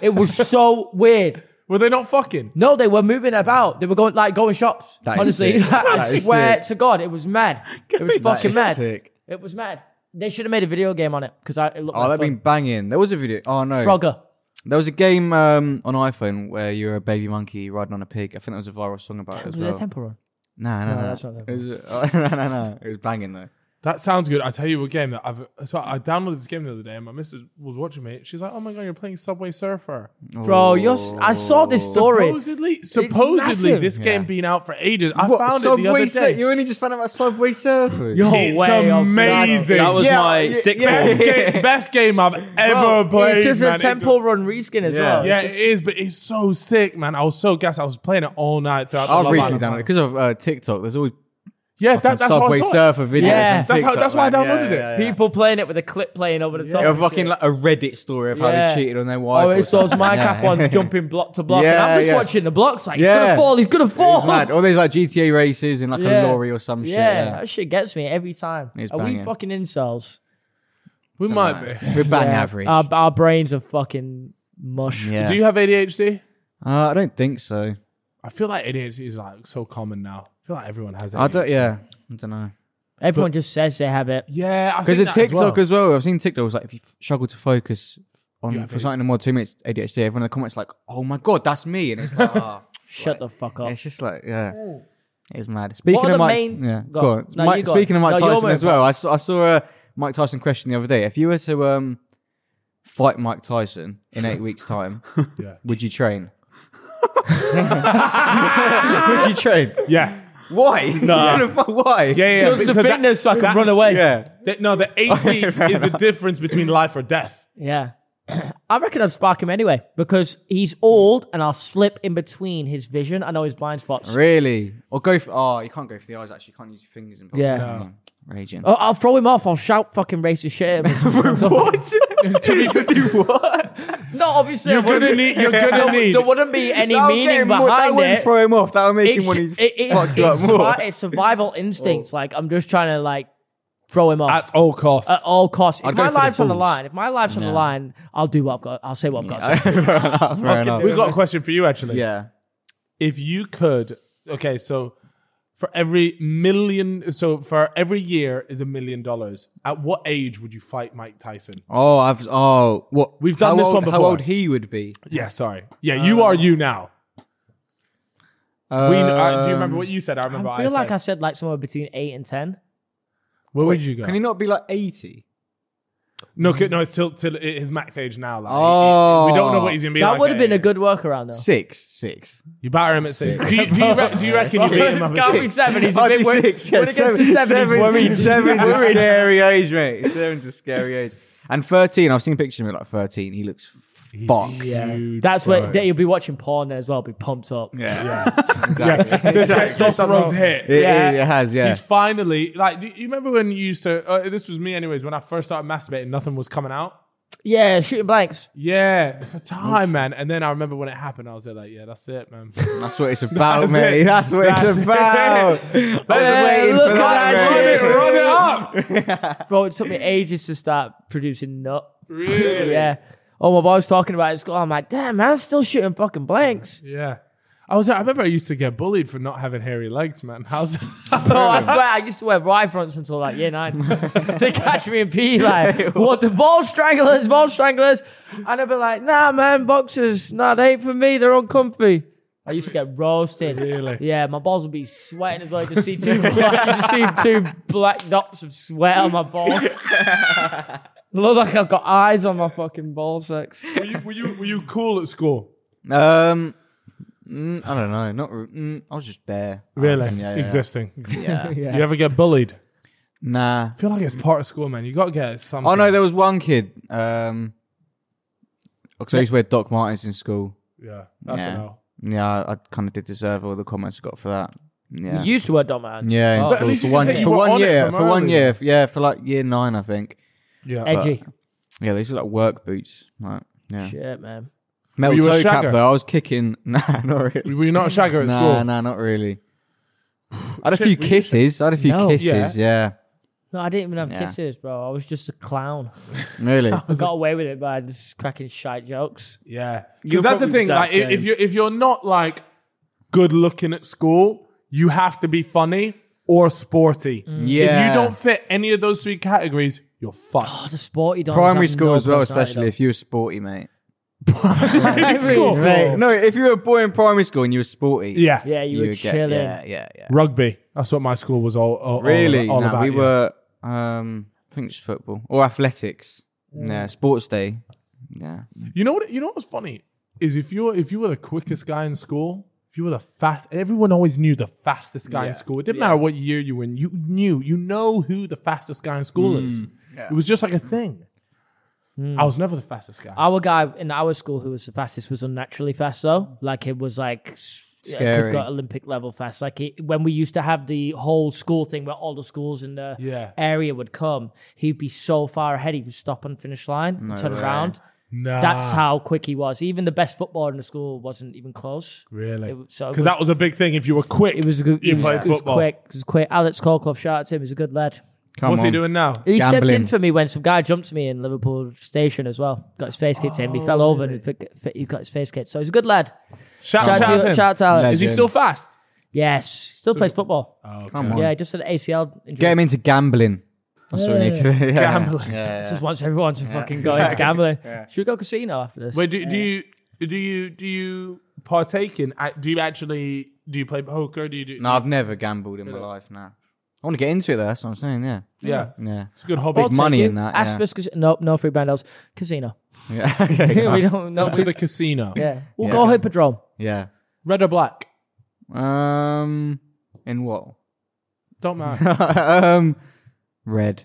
It was so weird.
Were they not fucking?
No, they were moving about. They were going like going shops.
That is
honestly,
sick. That
<laughs> I
is
swear
sick.
to God, it
<laughs>
was mad. It was fucking mad.
Sick.
It was mad. They should have made a video game on it because I it looked
Oh,
like
that'd
fun.
been banging. There was a video. Oh no,
Frogger.
there was a game um, on iPhone where you were a baby monkey riding on a pig. I think there was a viral song about it as
Was it a
well.
temple run?
no, no, no,
that's not
it was, <laughs> oh, no, no, no. It was banging though.
That sounds good. I tell you a game that I've so I downloaded this game the other day and my missus was watching me. She's like, "Oh my god, you're playing Subway Surfer."
Bro, you're, s- I saw this
Oh.
story.
Supposedly, supposedly
massive.
this game
Yeah.
been out for ages. I found it the
Subway
other
Sur-
day.
You only just found out about Subway Surfers.
No
It's
way oh of-
amazing.
That
<laughs>
was
Yeah,
my
yeah,
sixth
yeah.
form.
best, <laughs> game, best game I've ever played.
Oh, It's just
man.
a
It-
temple run reskin as
Yeah.
well.
yeah, it is, but it's so sick, man. I was so gassed. I was playing it all night throughout. the
I've
Love
recently
Island.
downloaded it because of uh, TikTok. There's always
Yeah, that, that's how I
Subway
saw it.
Surfer videos.
Yeah.
on
That's how-
TikTok,
that's why I
man.
downloaded it.
People playing it with a clip playing over the top.
Or
and
fucking
Oh,
like
shit.
a Reddit story of how
Yeah.
they cheated on their wife.
Oh,
or
it's those
something.
Minecraft
Yeah. <laughs>
ones jumping block to block, and
Yeah,
I'm just
yeah.
watching the blocks. Like he's
Yeah.
gonna fall, he's gonna fall.
It's
<laughs>
mad. All these like GTA races in like a lorry or some shit.
Yeah,
Yeah.
that shit gets me every time.
It's
Are we
banging.
fucking incels?
We might be.
We're bang
Yeah. Uh,
average.
Our, our brains are fucking mush.
yeah.
Do you have ADHD?
uh, I don't think so.
I feel like ADHD is like so common now. I feel like everyone has. ADHD.
I don't. Yeah. I don't know.
Everyone just says they have it.
Yeah,
Because
think
of
that as
TikTok
well.
as well. I've seen TikTok was like if you f- struggle to focus on
have
for something in more than two minutes ADHD, everyone in the comments like, oh my god, that's me, and it's like, ah.
Shut the fuck up.
it's just like, yeah. It's mad. Speaking
are
of
the
Mike,
main-
yeah,
Go
go
on.
on.
No, you
Mike,
go on.
speaking of Mike
No, you're
Tyson
my
as well, I saw, I saw a Mike Tyson question the other day. If you were to um, fight Mike Tyson in eight weeks'
<laughs>
time,
Yeah.
would you train? would you train?
Yeah,
<laughs> Why? No.
yeah,
Why?
yeah.
It's the
because that-
fitness so I can
that-
run away.
Yeah.
That, no, the <laughs> eight weeks is the difference between life or <laughs> death.
Yeah. <clears throat> I reckon I'd spark him anyway because he's old and I'll slip in between his vision. I know his blind spots.
Really? Or go for? Oh, you can't go for the eyes. Actually, you can't use your fingers in boxing.
Yeah.
can you? Raging.
Oh, I'll throw him off. I'll shout fucking racist shit
<laughs>
at him. <laughs>
What? do what?
no, obviously,
You're gonna need.
<laughs>
You're gonna need.
there wouldn't be any
That'll get
meaning
him more- that
behind
wouldn't
it.
throw him off. That'll make him
It's,
want
it,
to
it's,
fuck you up
it's
more. Oh.
survi- it's
<laughs>
survival instincts. Like I'm just trying to like throw him
<laughs>
off.
At all costs.
at all costs. If
I'd go
my
for the
life's on the
balls.
line, if my life's on the
No.
line, I'll do what I've got. I'll say what I've got. to say.
<laughs> Fair enough, fair enough.
We've got a question for you actually.
Yeah.
If you could, okay, so for every million, so for every year is a million dollars. At what age would you fight Mike Tyson?
Oh, I've oh what
We've done
how
this
old-
one
How
before.
old he would be?
Yeah, sorry. Yeah, you are you now. we, uh, do you remember what you said? I remember.
I feel
said.
like I said like somewhere between eight and ten.
Where would you go?
Can he not be like eighty?
no, c- no, it's till till i- his max age now. Like,
Oh.
we don't know what he's gonna be.
That
like
would have
at
been a
eight.
good workaround <laughs> though.
Six, six.
You batter him at six. Do you, do you, re- do you
<laughs>
reckon you beat him up? at
Can't
six?
be seven. He's a
I'd
bit
be
worried.
six. Yeah,
when it gets to seven, he's worried.
seven's a scary age, mate. Seven's a scary age. And thirteen, I've seen pictures of him at like thirteen. He looks fucked.
Dude,
That's where
right.
they, you'll be watching porn then as well, be pumped up.
Yeah,
yeah,
<laughs> exactly.
<laughs> the testosterone's hit. <laughs>
It,
Yeah.
it has, yeah.
He's finally like. do You remember when you used to? Uh, this was me, anyways. When I first started masturbating, nothing was coming out.
Yeah, shooting blanks.
Yeah, for time, man. And then I remember when it happened, I was there like, yeah, that's it, man.
That's what it's about,
That's
mate.
it.
That's what
That's
it's about. I was
Hey,
waiting
look
for
at
that,
that
run
mate.
it, run it up.
Bro, it took me ages to start producing nut.
Really?
Yeah. Oh, my boy was talking about it. at school. I'm like, damn, man, still shooting fucking blanks.
Yeah. I was. I remember I used to get bullied for not having hairy legs, man. <laughs> How's
Bro, Oh, I swear, I used to wear rye fronts until like year nine.
<laughs>
they catch me in PE, like, what the ball stranglers, ball stranglers. And I'd be like, nah, man, boxers, nah, they ain't for me, they're uncomfy. I used to get roasted.
Really?
Yeah, my balls would be sweating as well. I just see two, <laughs> black, just see two black dots of sweat on my balls. Look like I've got eyes on my fucking ball sex.
were, you, were you were you cool at school?
Um, mm, I don't know. Not. re- Mm, I was just there. I
Really?
reckon, yeah, yeah.
Existing.
<laughs> Yeah.
<laughs> Yeah.
You ever get bullied? I
Nah.
feel like it's part of school, man. You got to get something.
Oh no, there was one kid. Um, because I used to wear Doc Martens in school.
yeah, that's
Yeah.
a no.
Yeah, I, I kind of did deserve all the comments I got for that. Yeah.
You used to wear dumb ass.
yeah, in
But at
school
least
for
you can
one,
say you
for
were
one
on it
year,
from
for one
early.
year, f- yeah, for like year nine, I think.
Yeah,
Edgy.
Yeah, these are like work boots, like yeah,
Shit, man.
metal
you a
toe cap
shagger?
though. I was kicking, <laughs> nah, not really.
were you not a shagger at
nah,
school?
nah, not really. I had a
Shit,
few
were you
kisses. I had a few
No.
kisses. Yeah,
No, I didn't even have
Yeah.
kisses, bro. I was just a clown.
really.
I got away with it by just cracking shite jokes.
Yeah,
You're
because that's the
probably
thing.
the
Like,
exact
if, if
same.
you if you're not like good looking at school, you have to be funny or sporty.
Mm. Yeah.
if you don't fit any of those three categories, you're
<laughs>
fucked.
The sporty dons
Primary
have
school
no
as well,
personality,
especially if you were sporty, mate.
Primary <laughs>
Primary
school.
school. Mate,
No, if you were a boy in primary school and you were sporty,
Yeah.
though. Yeah, you, were
would get-
chilling.
yeah, yeah, yeah.
rugby. That's what my school was all, all all-
Really?
all
no,
about.
we
yeah.
were. Um, I think it's football or athletics. Yeah, sports day. Yeah,
You know what? You know what's funny is if you were if you were the quickest guy in school, if you were the fast, everyone always knew the fastest guy in school. It didn't matter what year you were in. You knew, you know who the fastest guy in school is. It was just like a thing. I was never the fastest guy.
Our guy in our school who was the fastest was unnaturally fast though. Like it was like s- yeah, could
Scary.
Got Olympic level fast. Like he, when we used to have the whole school thing where all the schools in the
Yeah.
area would come, he'd be so far ahead he would stop on finish line and turn
way.
around.
nah,
That's how quick he was. Even the best footballer in the school wasn't even close.
really
It was- so it
because that was a big thing. If you were quick,
It was a good.
You
it was,
played
it was
football.
quick. It was quick. Alex Kolkov, shout out to him. He's a good lad.
come
What's
on.
he doing now?
He stepped
Gambling.
in for me when some guy jumped me in Liverpool station as well. Got his face kicked in. He fell over and he fi- fi- he got his face kicked. So he's a good lad.
Shout,
Shout,
shout,
out
to
to,
him.
shout out to Alex.
Is he
Legend.
still fast?
Yes, still plays football.
Oh,
Come on,
yeah, he just had an ACL. Injury.
get him into gambling. That's what we need to yeah.
Gambling.
Yeah, yeah.
Just wants everyone to fucking go into gambling. Should we go casino after this?
Wait, do, do you do you do you partake in? uh, Do you actually do you play poker? Do you do?
No, I've never gambled in my life. Now I want to get into it though. That's what I'm saying. Yeah,
Yeah,
yeah.
it's a good hobby.
Big money
Take
in
you-
that,
Ask
yeah.
us. Nope, no free bandos.
<laughs>
Casino.
Yeah. Okay,
we
come on.
don't. <laughs> No,
to
we,
the casino.
yeah, we'll
Yeah.
go hippodrome.
<laughs> yeah.
Red or black?
Um, in what? <laughs>
Don't matter.
um, red.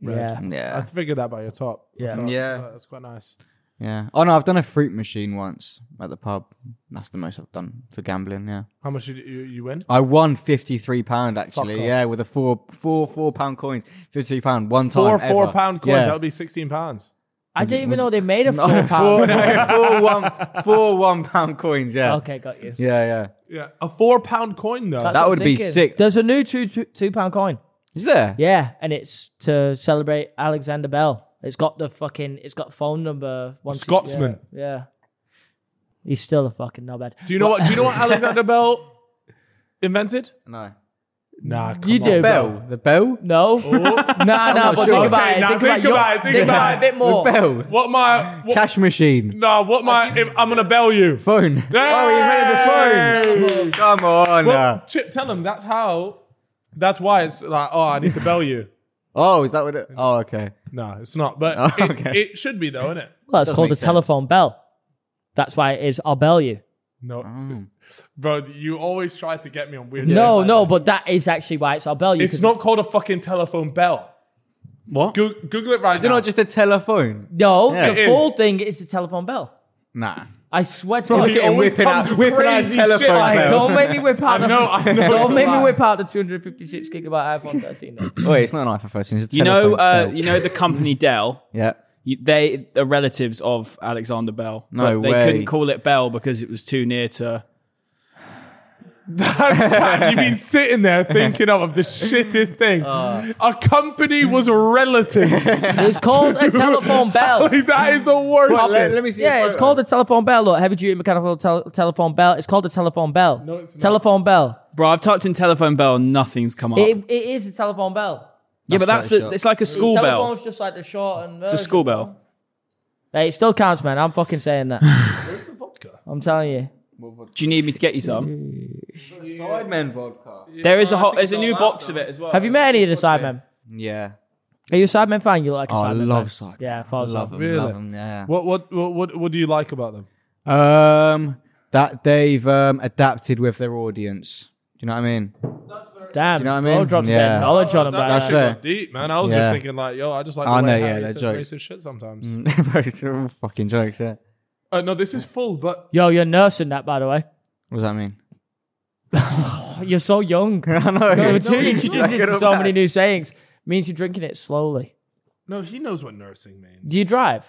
Yeah.
I
<laughs>
Yeah,
figured that by your top. I
Yeah.
thought,
Yeah.
uh, that's quite nice.
yeah. Oh no, I've done a fruit machine once at the pub. That's the most I've done for gambling. Yeah.
How much did you, you win?
I won fifty three pound
Fuck
actually.
off.
Yeah, with a four four four pound coins, fifty three pound one time.
Four
ever.
four pound coins.
Yeah.
That would be sixteen pounds.
I didn't even know they made a
<laughs>
four
No,
pound.
four, <laughs> no, four one four one pound coins. Yeah.
Okay, got you.
Yeah, yeah.
Yeah, a four pound coin though.
That's
That
what I'm
would be
thinking.
sick.
There's a new two two, two pound coin.
Is there?
Yeah, and it's to celebrate Alexander Bell. It's got the fucking. It's got phone number. One two-
Scotsman.
Yeah, yeah. He's still a fucking knobhead.
do you know what? Do you <laughs> know what Alexander Bell invented?
No.
Nah,
You do.
Bell. The bell.
No.
Oh.
<laughs> no, no, but think
sure.
about
Okay,
it.
now
Think,
think
about, your-
about it, think
think
about
about it a bit more.
Bell.
What my? What,
Cash machine.
nah, what my? If, I'm gonna bail you.
Phone. Oh, he invented the phone. Come on. uh.
Well, Chip, tell him that's how. That's why it's like, oh, I need to bail <laughs> you.
Oh, is that what? It, oh, okay.
No, it's not. But
<laughs> Oh,
it-
okay.
it, should be though, isn't it?
Well, it's
Does
called
make
a
sense.
telephone bell. That's why it is. I'll bell you.
No, bro, you always try to get me on weird. shit
No,
like
no,
that.
but that is actually why it's I'll bell you.
it's
'cause
not called a fucking telephone bell.
What?
Go- Google it right
Is it
now.
not just a telephone?
No,
Yeah.
the
It
full thing is the telephone bell.
Nah.
I swear to
Right.
Look
He
at him
always
whipping
comes
out,
with
whipping out his
crazy shit
telephone.
like
bill.
Don't make me whip out.
I
the-
know, I know.
<laughs> Don't make me
Why?
whip out the 256 gigabyte iPhone 13. though.
Oh, wait, it's not an iPhone 13. It's a
You know,
telephone
uh,
bill.
you know the company Dell.
yeah.
You, they are relatives of Alexander Bell.
No
but They
way.
couldn't call it Bell because it was too near to.
That's Cam. You've been sitting there thinking of the shittest thing. a company was <laughs> relatives.
<laughs>
It's called a telephone bell.
that is the worst.
Let,
shit.
me see.
Yeah, it's called a telephone bell. Look, heavy duty mechanical tel- telephone bell. It's called a telephone bell. No,
it's not.
telephone bell.
Bro, I've typed in telephone bell and nothing's come up.
It, it is a telephone bell.
yeah, but that's
that's
a,
shot.
it's like a school bell.
Telephone's just like the short and
It's a school bell.
Hey, it still counts, man. I'm fucking saying
<laughs>
that. I'm telling you.
Do you need me to get you some?
Sidemen vodka.
There is a whole, there's a new box of it as well.
Have you met any of the Sidemen?
Yeah.
Are you a Sidemen fan? You look like a
Oh, I
Sidemen.
love
man.
Sidemen.
Yeah, I
I
thought so.
love them.
Really?
Love them. Yeah.
What, what, what, what, what do you like about them?
Um, that they've um, adapted with their audience. Do you know what I mean? <laughs>
Damn.
Do you know what I mean?
Bro, drops a bit
Yeah.
of knowledge on them,
that,
man.
that's
shit
fair.
got deep, man. I was
Yeah.
just thinking, like, yo, I just like the
I
way
know,
Harry
yeah,
says
that joke. Mm.
racist shit sometimes.
Bro, it's all fucking jokes. Yeah.
Uh, no, this is full, but
Yo, you're nursing that, by the way.
What does that mean?
Oh, you're so young.
<laughs> I know.
Yo,
No,
dude, you introduced me to so many new sayings. Means you're drinking it slowly.
no, he knows what nursing means.
Do you drive?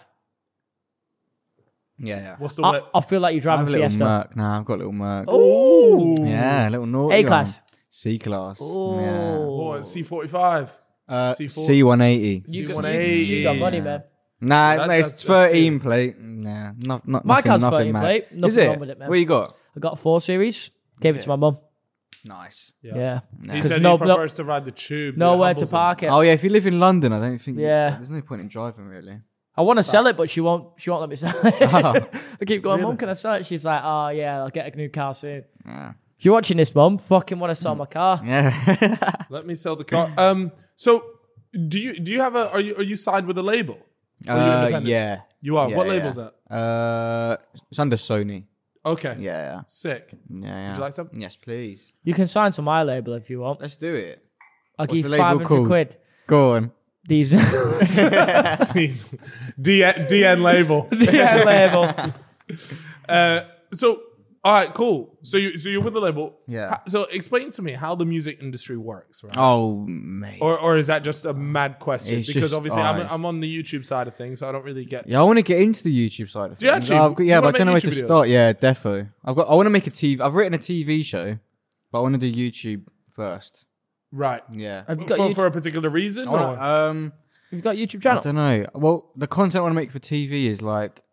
Yeah, yeah.
What's the
I,
word?
I feel like you
I
drive
have
a
a little
Fiesta.
Merc. Nah, I've got a little Merc.
Ooh.
Yeah, a little naughty.
A
one.
class.
C class. Yeah.
Oh,
Oh, C forty five.
Uh,
C4.
C one eighty.
you,
C
got- you,
180.
you got money, man.
Nah,
That's-
mate,
that's
it's
a
thirteen plate. Nah, not, not
My
nothing,
car's
nothing
13
mad.
plate.
Is
Nothing
it?
wrong with it, man.
What you got?
I got a four series. Gave it to my mum.
Nice.
Yeah.
He
'Cause
said
no-
he
no-
prefers to ride the tube.
Nowhere to
Humbles him.
park it.
Oh yeah, if you live in London, I don't think.
Yeah.
There's no point in driving
<laughs>
really.
I want to sell it, but she won't. She won't let
<laughs>
me sell it. <laughs> I keep going, Mum, can I sell it? She's like, Oh yeah, I'll get a new car soon.
Yeah.
You're watching this, Mum. Fucking want to sell my car.
Mm. Yeah.
Let me sell the car. Um. So, do you do you have a? Are you are you signed with a label? Or are you
uh,
independent?
yeah.
You are.
Yeah,
what
yeah.
label's that?
Uh, it's under Sony.
Okay.
Yeah. <laughs>
Sick. <laughs>
Yeah. yeah. Would
you like some?
Yes, please.
You can sign to my label if you want.
Let's do it.
I'll
What's
give
the
you
label
five hundred
called?
quid.
Go on. <laughs>
These <laughs>
DN, DN
<laughs>
label.
yeah, label.
Uh, so, all right, cool. So you so you're with the label.
Yeah.
Ha- So explain to me how the music industry works, right?
Oh mate.
Or, or is that just a mad question?
It's
because
just-
obviously
oh,
I'm,
it's-
I'm on the YouTube side of things, so I don't really get.
Yeah, I want to get into the YouTube side of things.
you actually?
I've got-
You
yeah,
wanna
but I don't know where
make
to
YouTube videos?
start. Yeah, defo. I've got. I want to make a TV. I've written a TV show, but I want to do YouTube first.
Right.
Yeah.
Have you
For,
got YouTube,
for a particular reason?
I
or-
wanna- um,
you've got a YouTube
I
channel?
don't know. Well, the content I want to make for TV is like,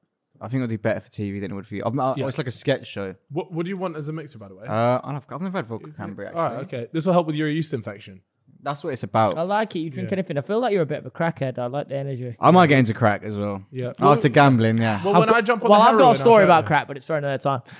I think it'll do better for TV than it would for you. I've, I, It's like a sketch sholl
What, what do you want as a mixer, by the way?
Uh, I've, I've never had vocal cranberry. Actually,
all right, okay. This will help with your yeast infection.
that's what it's about.
I like it. You drink anything. I feel like you're a bit of a crackhead. I like the energy.
I might get into crack as well.
Yeah.
After gambling, yeah.
Well,
I've
when
got-
I jump on
well,
the
I've got
heroin,
a story
I'll show
about
you.
crap, but it's for another time.
<laughs>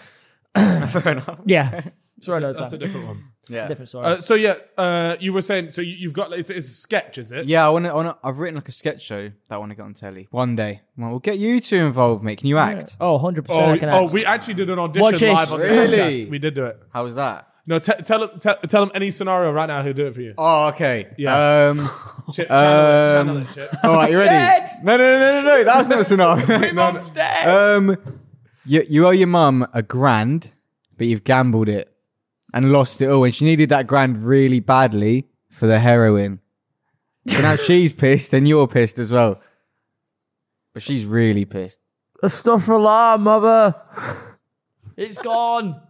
Fair enough.
<laughs>
<laughs>
Yeah, it's for another
That's a
time.
different one.
Yeah.
Different
<laughs>
story.
Uh, so yeah, uh, you were saying so you, you've got it's, it's a sketch, is it?
Yeah, I want to. I wanna, I've written like a sketch show that I want to get on telly one day. Well, we'll get you two involved, mate. Can you act?
oh, 100 percent.
Oh,
I can
oh,
act.
we actually did an audition
Watch this.
live on the
Really?
podcast. We did do it.
How's that?
No, t- tell him tell, tell him any scenario right now. He'll do it for you.
Oh, okay.
Yeah.
Um,
<laughs> Chip, Oh, channel
um,
it, channel it, Chip.
all right, you ready? No, no, no, no, no. That's not a scenario. <laughs> no, no. Um, you, you owe your mum a grand, but you've gambled it and lost it all, and she needed that grand really badly for the heroin. So now she's pissed, and you're pissed as well. But she's really pissed.
Stuff alarm, mother. It's gone.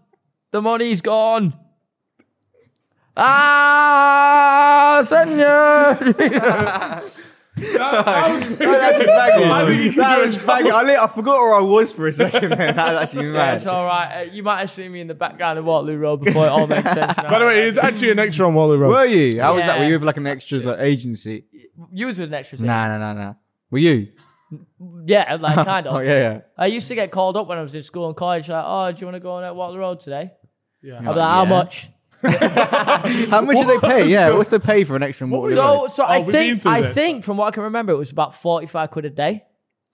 The money's gone. Ah, senor.
That's
you
bagging.
can
That
do
was bagging. I, lit- I forgot where I was for a second. Then that was actually mad.
<laughs> That's all right. Uh, you might have seen me in the background of Waterloo Road before it all
<laughs>
makes sense.
<laughs>
Now.
By the way, he's actually an extra on Wally Road.
Were you? How was that?
Yeah.
Were you with like an extras like agency?
you was with an extra. scene.
Nah, nah, nah, nah. Were you?
Yeah,
<laughs>
like kind of.
Oh yeah, yeah.
I used to get called up when I was in school and college. Like, oh, do you want to go on out Waterloo Road today?
Yeah.
I'd be like, how
Yeah.
much?
How much do they pay? Yeah, what's the pay for an extra water?
So,
"Oh,
so I
we've been
think
through
I
this.
think from what I can remember, it was about forty-five quid a day.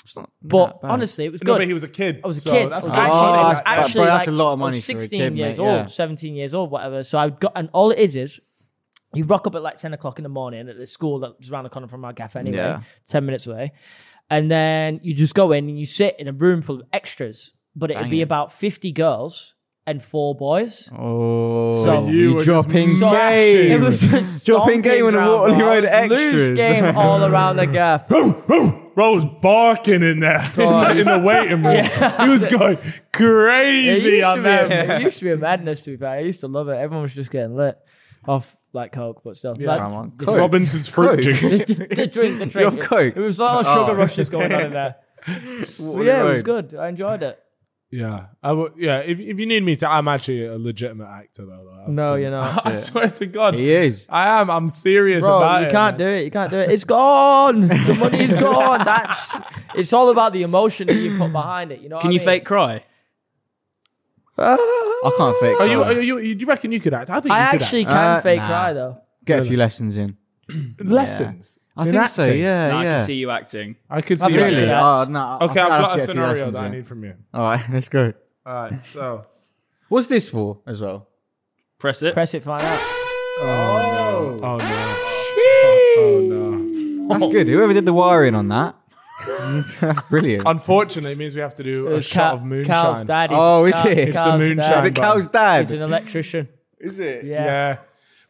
it's not
But
that bad.
honestly, it was
No,
good.
but he was a kid.
I was a
so
kid. I
That's
was
oh,
actually, I was
that- but
actually
that's
like,
a lot of
I was
money for a
16
kid,
years
mate,
old,
yeah.
17 years old, whatever. So I got, and all it is is you rock up at like 10 o'clock in the morning at the school that's around the corner from our gaff anyway,
Yeah.
10 minutes away. And then you just go in and you sit in a room full of extras. but it'd
Bang
be
it.
about 50 girls and four boys.
Oh,
So-
You
you,
were just
dropping
So-
game.
It was just
Dropping game on the Waterloo Road extras.
Loose game all
<laughs>
around the gaff.
Rose Ah, barking in there <laughs>
God,
in the waiting <laughs> room. He was <laughs> going
It
crazy
used, to
on
be
that.
a, it used to be
<laughs>
a madness, to be fair. I used to love it. Everyone was just getting lit off like Coke, but still. Like,
Come on. Coke.
Robinson's fruit
Coke.
juice.
<laughs> the drink, the drink.
Your Coke. Oh.
It was a lot of sugar rushes going on
<laughs>
in there. But yeah, it was good. I enjoyed it.
Yeah, I w- yeah. If, if you need me to, I'm actually a legitimate actor though. like, I've
No,
done-
you know.
I swear to God,
He is.
I am. I'm serious
<laughs> Bro,
about
you
it.
can't do it. You can't do it. It's gone. The money's gone. That's. It's all about the emotion that you put behind it. You know.
Can you fake cry?
I can't fake.
Are you,
cry.
are you? you- Do you reckon you could act? I think
I
you could
actually
act.
can
Uh,
fake
nah.
cry though.
Get a few lessons in.
lessons.
I
In
think so.
acting?
Yeah,
No, I
yeah.
can see you acting.
I could see.
really-
that.
Really? Oh,
Yeah.
no,
Okay,
I
I've
think I'll
got a
have to get few
scenario
lessons
that I
in.
need from you.
All right, let's go.
All right, so
What's this for as well?
Press it.
Press it, find out.
oh no, oh no.
That's good. Whoever did the wiring
<laughs>
on that, that's brilliant.
Unfortunately, it means we have to do
It
a
was
shot
Cal-
of moonshine.
Cal's dad. is-
Oh, is
Cal-
it? It's
the
Cal's
moonshine.
dad
Is it
Bun.
Cal's
He's
dad?
an electrician.
Is it?
Yeah.
Yeah.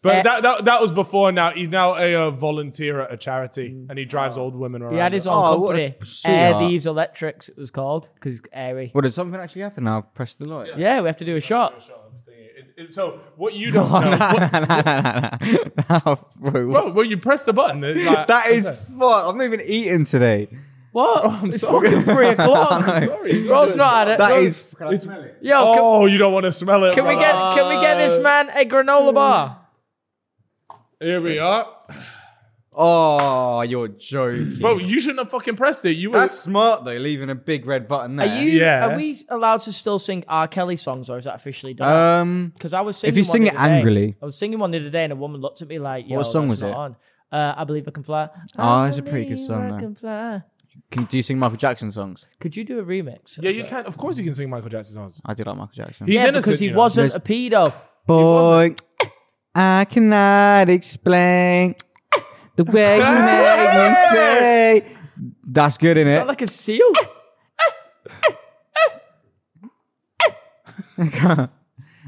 But
Eh.
that, that that was before. Now he's now a, uh volunteer at a charity, and he drives old women around.
Mm. He had his own
Oh, what a
company. Air
sweetheart.
these electrics, it was called, because airy.
Well, did something actually happen now? I've pressed the light.
Yeah, we have to do a shot.
It- it- so what
<laughs>
you
Oh,
don't know, what-
Now, bro, what-
bro, well you press the button. it's like-
that is fuck. I'm not even eating today. Oh,
What? it's
sorry.
fucking
<laughs>
three o'clock. sorry, Ross not had it.
That
Ross-
is.
Yo, can,
Oh, you don't want to smell it.
can we get
brother.
can we get this man a granola
Mm.
bar?
Here we are,
Oh, you're joking.
bro. You shouldn't have fucking pressed it. You were.
That's smart though, leaving a big red button
Are
there.
you?
Yeah.
Are we allowed to still sing R. Kelly songs, or is that officially done?
Um,
Because I was singing.
you
one
sing
the
it
other day.
angrily-
I was singing one the other day, and a woman looked at me like, Yo,
What song
that's
was
not
it?
On. Uh, I believe I can fly.
Oh,
I
it's a pretty good
believe
song,
I
though.
can fly.
can, do you sing Michael Jackson songs?
Could you do a remix?
yeah, you can. Of course, you can sing Michael Jackson songs.
I do like Michael Jackson.
He's
yeah,
innocent.
because he
you know.
wasn't a pedo.
Boy, I cannot explain the
<laughs>
way you make me say. That's good,
Is
innit?
that like a seal?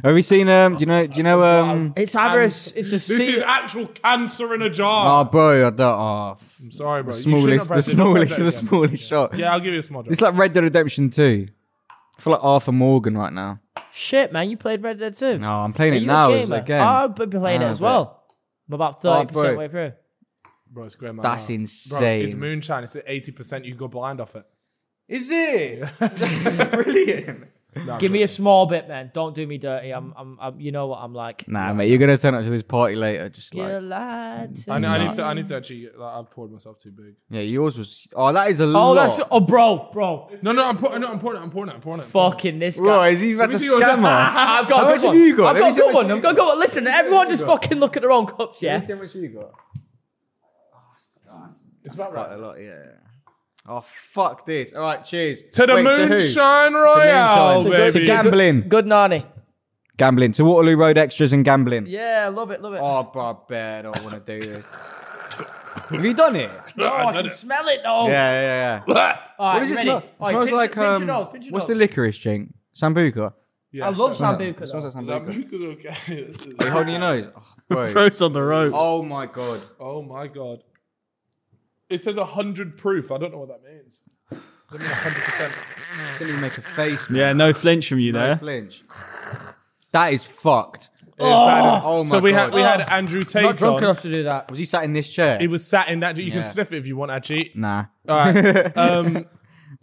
Have you seen um? Do you know? Do you know um?
It's either a, s- it's a
This
seal.
is actual cancer in a jar.
Oh, bro, I don't. Oh, f-
I'm sorry, bro. You shouldn't
smallest,
have
the
pressed it. Don't press
smallest,
it
the
again.
smallest shot.
Yeah, I'll give you a small. Drop.
It's like Red Dead Redemption 2. I feel like Arthur Morgan right now.
Shit, man, you played Red Dead 2.
No, I'm playing
Are
it
you a
now. It's
gamer? Oh,
like, again.
I'll be playing it
Ah,
as
but-
well. I'm about
Oh,
30%
bro.
way through.
bro, it's going my
That's
mouth. Bro, it's
insane.
moonshine. It's at eighty percent. You go blind off it.
Is
<laughs>
it? <laughs> Brilliant.
Give me a small bit, man. Don't do me dirty. I'm, I'm, I'm you know what I'm like.
Nah, mate, you're gonna turn up to this party later. Just like,
You
yeah,
lied to
I, ne- I need
me.
to. I need to actually. Like, I've poured myself too big.
yours was. Oh, that is a lot.
Oh, that's. Oh, bro, bro.
No, no, I'm pouring. No, I'm pouring. it, I'm pouring. it, I'm pouring. it, I'm pouring it.
Fucking this guy.
Bro, is he about to
me see yours.
scam us?
I've got
How
a
much
good one.
have you got?
I've
Let me
got a
see how
good
much
one.
you
I've got a good one. Listen, everyone just fucking look at their own cups, yeah?
how much you got?
It's about right.
Quite a lot, yeah. Oh fuck this! All right, cheers
To the
Wait, who?
moonshine
moonshine.
royale,
To
go-
baby.
to
It's gambling,
Good nanny.
gambling to Waterloo Road extras and gambling.
Yeah, love it, love it.
Oh, bro, I bet I don't want to do this. Have you done it?
Oh, I, can smell it, though.
Yeah, yeah, yeah.
All right,
What does it
ready?
smell? It
All right,
smells
pinch
like
pinch your
um,
nose, pinch your
what's the
nose.
liquor drink? Sambuca.
Yeah.
I love Sambuca.
Smells
though.
like sambuca.
okay.
Are you holding your nose? <laughs> Oh, bro.
Ropes on the ropes.
Oh my god.
<laughs> oh my god. It says hundred proof. I don't know what that means. I mean hundred percent.
Can you make a face? man.
Yeah, no flinch from you
No
there.
flinch. That is fucked. Oh my
so we
god.
had we had Andrew
Not
Tate
drunk
on.
enough to do that.
Was he sat in this chair?
He was sat in that. You
Yeah.
can sniff it if you want,
<laughs>
actually.
nah.
All
<laughs>
right. Um,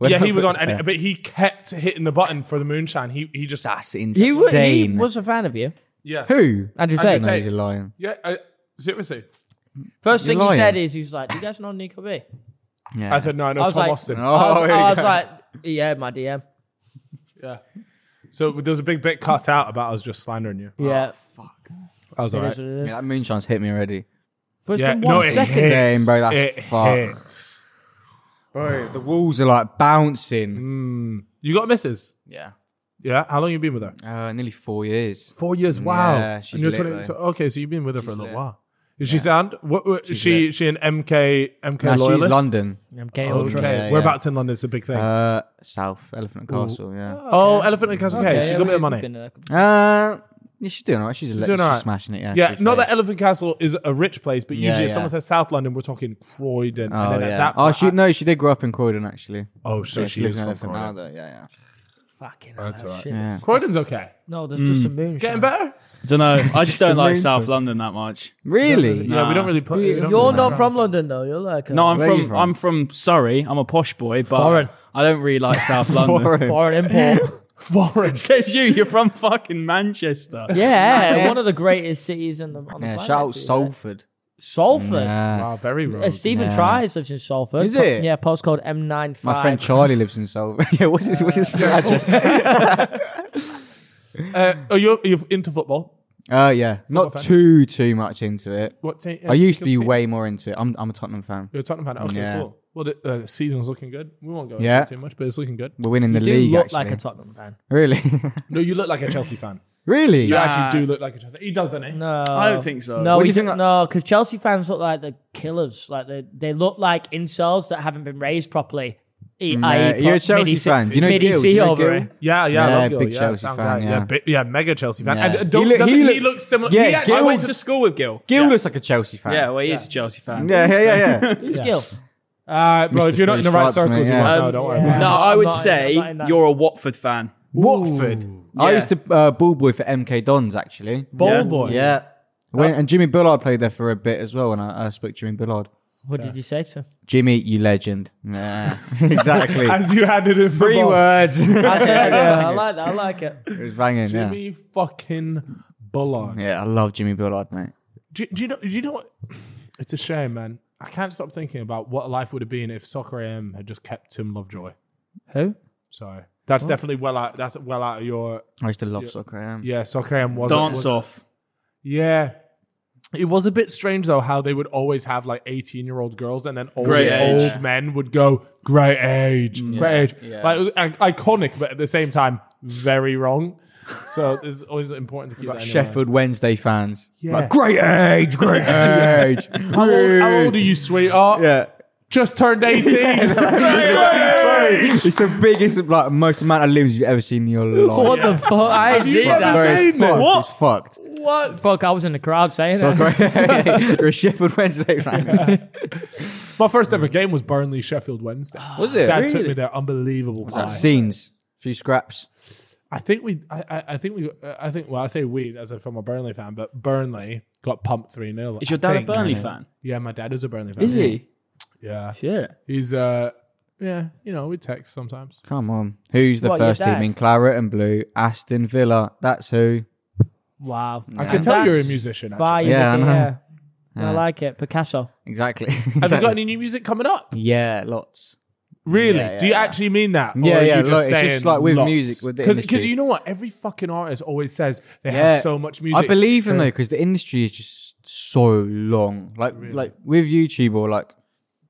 yeah, he was on,
Yeah.
and, but he kept hitting the button for the moonshine. He he just
That's
He, wa- he
insane.
was a fan of you.
yeah
Who?
Andrew
Andrew Tate.
No,
Tate.
he's a lion.
yeah. I, seriously,
First thing
You're
he said
lying.
is he was like, "Do you guys know Nico B?"
Yeah.
I said no. I know
I
Tom
was like-
Austin.
<laughs> Oh,
I was,
here you
I was
go.
like, "Yeah, my DM."
Yeah. So there was a big bit cut out about us just slandering you.
Yeah,
I was
it
alright.
is what it is.
Oh, yeah, that moonshine's hit me already.
But it's
Yeah,
been
no,
one
it
second.
hits.
Same, bro, that's
it
fucked.
hits.
Bro, the Mm. walls are like bouncing.
You got misses.
Yeah.
Yeah. How long you been with her?
Uh, nearly four years.
Four years.
wow. Yeah, she's
and you're
lit,
20, so, okay, so you've been with her for a
She's
little
lit.
while. Does she sound? What, what- she she an MK MK
Nah,
loyalist?
she's London.
MK
Okay,
Ultra.
Yeah, yeah.
whereabouts in London is a big thing.
Uh, South Elephant and Castle. Yeah.
oh, Elephant and Castle Cage. she's got a bit of
we've
money.
been there.
Uh, yeah, she's doing alright. She's, she's,
doing
she's
alright.
smashing it. Yeah.
Yeah,
to be
not
fair.
that Elephant Castle is a rich place, but
Yeah,
usually if
yeah.
someone says South London, we're talking Croydon.
Oh
and then
yeah.
at that
oh, she no, she did grow up in Croydon actually.
oh, so
yeah,
she is
in
from
Elephant now,
Croydon.
though. Yeah,
Fucking
That's
hell,
all right.
shit.
yeah. Mm.
Croydon's okay.
No, there's just some moonshine.
Getting better?
don't know. I just don't like
amazing.
South London that much.
Really?
Yeah, we don't really put. we don't
You're
really
not
put-
from London though. You're like a
No, I'm
Where are you
from,
from?
I'm from Surrey. I'm a posh boy, but
Foreign.
I don't really like South London.
Foreign.
foreign
<laughs>
import. <laughs>
<laughs>
foreign.
Says you. You're from fucking Manchester.
yeah, one of the greatest cities in the on the
Yeah,
planet,
shout out
actually.
Salford.
Salford.
Yeah.
Wow, Ah, very
Uh,
wrong.
Stephen
Yeah.
Tries lives in Salford.
Is it?
Yeah, postcode M95.
My friend Charlie lives in Salford. <laughs> yeah, what's his what's his address?
Uh, are you are you into football?
Uh yeah, not
fan.
too too much into it.
What team? uh,
I used to be
Team?
way more into it. I'm I'm a Tottenham fan.
You're a Tottenham fan. Okay,
Yeah.
cool. Well, the uh, season's looking good. We won't go into
Yeah.
it too much, but it's looking good.
We're winning the
You do
league
look
actually.
like a Tottenham fan.
<laughs> really, <laughs>
No, you look like a Chelsea fan.
really.
You
Yeah.
actually do look like a Chelsea. He does, doesn't he?
No,
I don't think so.
No,
What do
we
you
do
think that-
no, because Chelsea fans look like the killers. Like they, they look like incels that haven't been raised properly. E-
Nah,
i.e.
Mm, you're a
pro-
Chelsea
midi-
fan. Do you know
midi-
Gil? Do you know
over
Gil?
it.
Yeah, yeah, I
Yeah,
love Gil.
big
yeah,
Chelsea
sound
fan,
guy.
yeah.
bi- yeah, mega Chelsea fan.
Yeah.
And uh, don't,
He look-
doesn't
he
he,
look-
look similar?
Yeah,
he actually
I
Gil-
went
went to school with Gil.
Gil looks like a Chelsea fan.
Yeah, well, he is a Chelsea fan.
yeah, yeah, yeah. yeah.
Who's Gil?
Uh, bro,
Mr.
if you're not in the
Three
right
Stripes,
circles,
mate,
you
yeah.
won't know.
Um,
Don't worry.
yeah.
about
No,
I'm
I would
not in-
say
I'm not in that.
you're a Watford fan.
Watford.
I
Yeah.
used to uh, ball boy for MK Dons actually.
it. Ball
Yeah.
boy.
Yeah. When, and Jimmy Bullard played there for a bit as well. When I, I spoke to Jimmy Bullard,
What did you say to him?
Jimmy, you legend. Nah, <laughs> exactly.
As you handed him the
Three
ball.
words. it <laughs>
I, said, yeah, I like that. I like it.
was banging. Yeah.
Jimmy fucking Bullard.
yeah, I love Jimmy Bullard, mate.
Do, do you know? Do you know what? It's a shame, man. I can't stop thinking about what life would have been if Soccer AM had just kept Tim Lovejoy.
Who?
So that's definitely well out. That's well out of your
I used to love soccer. Yeah.
yeah. Soccer AM was
Dance
was-
off.
Yeah. It was a bit strange though how they would always have like 18 year old girls and then old,
Great age.
old men would go great age, great age.
yeah.
Like it was i- iconic, but at the same time very wrong. So it's always important to keep that in your mind.
Sheffield Wednesday fans.
Yeah.
Like, great
<laughs>
age, great age.
How old, how old are you, sweetheart?
Yeah.
Just turned
<laughs>
18.
<laughs> It's the biggest, like, most amount of limbs you've ever seen in your life.
What the
<laughs>
fuck? I ain't seen
never
that.
said-
Oh, Bro, it's
saying
fucked.
that?
What? It's fucked.
what?
Fuck, I was in the crowd saying that.
Sorry. <laughs> You're a Sheffield Wednesday fan.
My first ever game was Burnley Sheffield Wednesday.
Was it?
Dad took me there. Unbelievable.
Was that
pie.
scenes? Few scraps.
I think we, I, I, I think we, I think. Well, I say we as if I'm a Burnley fan, but Burnley got pumped three 0
Is your dad a Burnley fan?
Yeah, my dad is a Burnley fan.
Is he?
Yeah,
Yeah.
he's uh, yeah, you know, we text sometimes.
Come on. Who's the
What, your
first team
dad?
in claret and blue? Aston Villa. That's who.
Wow.
I can tell
That's
you're a musician. Actually.
Bye,
Yeah,
yeah,
I know.
yeah. I like it. Picasso.
<laughs> Exactly.
Have you got any new music coming up?
Yeah, lots.
Really?
Yeah,
Do you
yeah, yeah.
actually mean that? Or
Yeah,
are
yeah,
You just
look, it's
saying
just like with
lots?
music, with the
because
industry.
you know what, every fucking artist always says they
Yeah.
have so much music.
I believe in
True.
though, because the industry is just so long. Like like with YouTube or like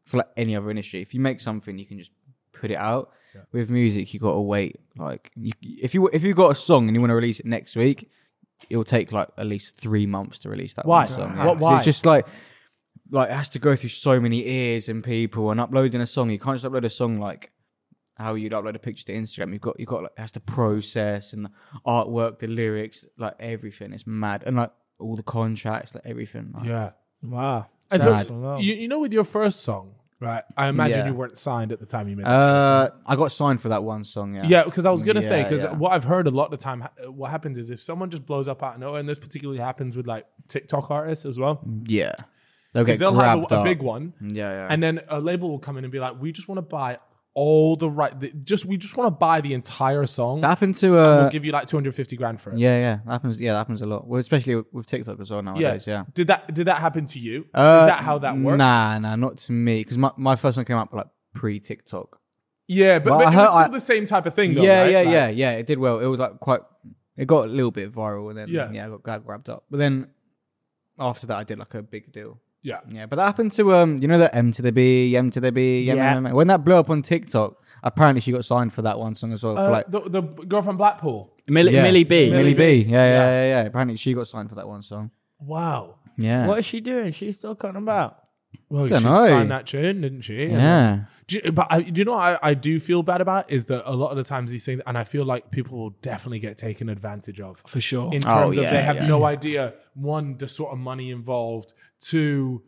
for like any other industry, if you make something, you can just put it out. With music, you gotta wait. Like you, if you if you got a song and you want to release it next week, it'll take like at least three months to release that
Why?
one song.
What-
'Cause
why?
It's just like like it has to go through so many ears and people and uploading a song. You can't just upload a song like how you'd upload a picture to Instagram. You've got you've got like it has to process and the artwork, the lyrics, like everything. It's mad. And like all the contracts, like everything. Like,
Yeah.
Wow.
And so
Sad.
you, you know, with your first song, right? I imagine
Yeah.
you weren't signed at the time you made. that first
Uh I got signed for that one song, yeah.
Yeah, because I was gonna say
Yeah,
because
yeah.
what I've heard a lot of the time, ha- what happens is if someone just blows up out of nowhere, and this particularly happens with like TikTok artists as well,
Yeah. They'll
because
get
they'll have a,
Mm. grabbed
a
up. Mm.
big one,
Yeah, yeah.
and then a label will come in and be like, "We just want to buy all the right, the, just we just want to buy the entire song.
that happened to
we'll
uh
give you like two hundred fifty grand for it."
Yeah, yeah. That happens yeah, that happens a lot. Well, especially with, with TikTok as well nowadays, yeah.
Did that did that happen to you?
Uh,
Is that how that worked?
Nah, nah, not to me. Because my, my first one came out like pre TikTok.
Yeah, but,
Well,
but
I
it
heard-
was still
I-
the same type of thing. Though,
yeah,
right?
yeah,
Like-
yeah, yeah. It did well. It was like quite. It got a little bit viral, and then
Yeah.
yeah, I got, got grabbed up. But then after that, I did like a big deal.
yeah.
Yeah, but that happened to um, you know that M to the B, M to the B, M,
Yeah.
M, M. When that blew up on TikTok, apparently she got signed for that one song as well.
Uh,
for like
the, the girl from Blackpool.
Millie,
yeah.
Millie B.
Millie B. Yeah, yeah,
Yeah.
yeah, yeah. Apparently she got signed for that one song.
Wow.
Yeah.
What is she doing? She's still cutting about.
Well, she
Don't know.
signed that tune, didn't she? And,
yeah.
Do you, but I, do you know what I, I do feel bad about is that a lot of the times these things, and I feel like people will definitely get taken advantage of
for sure.
in terms
Oh,
of
yeah,
they have
yeah.
no idea one the sort of money involved, two,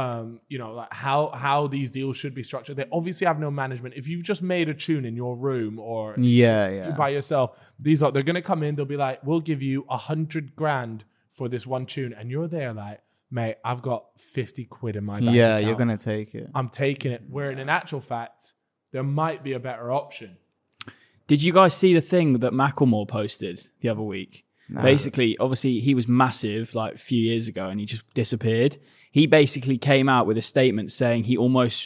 um, you know, like how how these deals should be structured. They obviously have no management. If you've just made a tune in your room or
Yeah, yeah.
by yourself, these are they're gonna come in. They'll be like, "We'll give you a hundred grand for this one tune," and you're there like, "Mate, I've got fifty quid in my bank
yeah,
account.
you're gonna take it.
I'm taking it. Where in an actual fact, there might be a better option.
Did you guys see the thing that Macklemore posted the other week? Basically, obviously, he was massive like a few years ago and he just disappeared. He basically came out with a statement saying he almost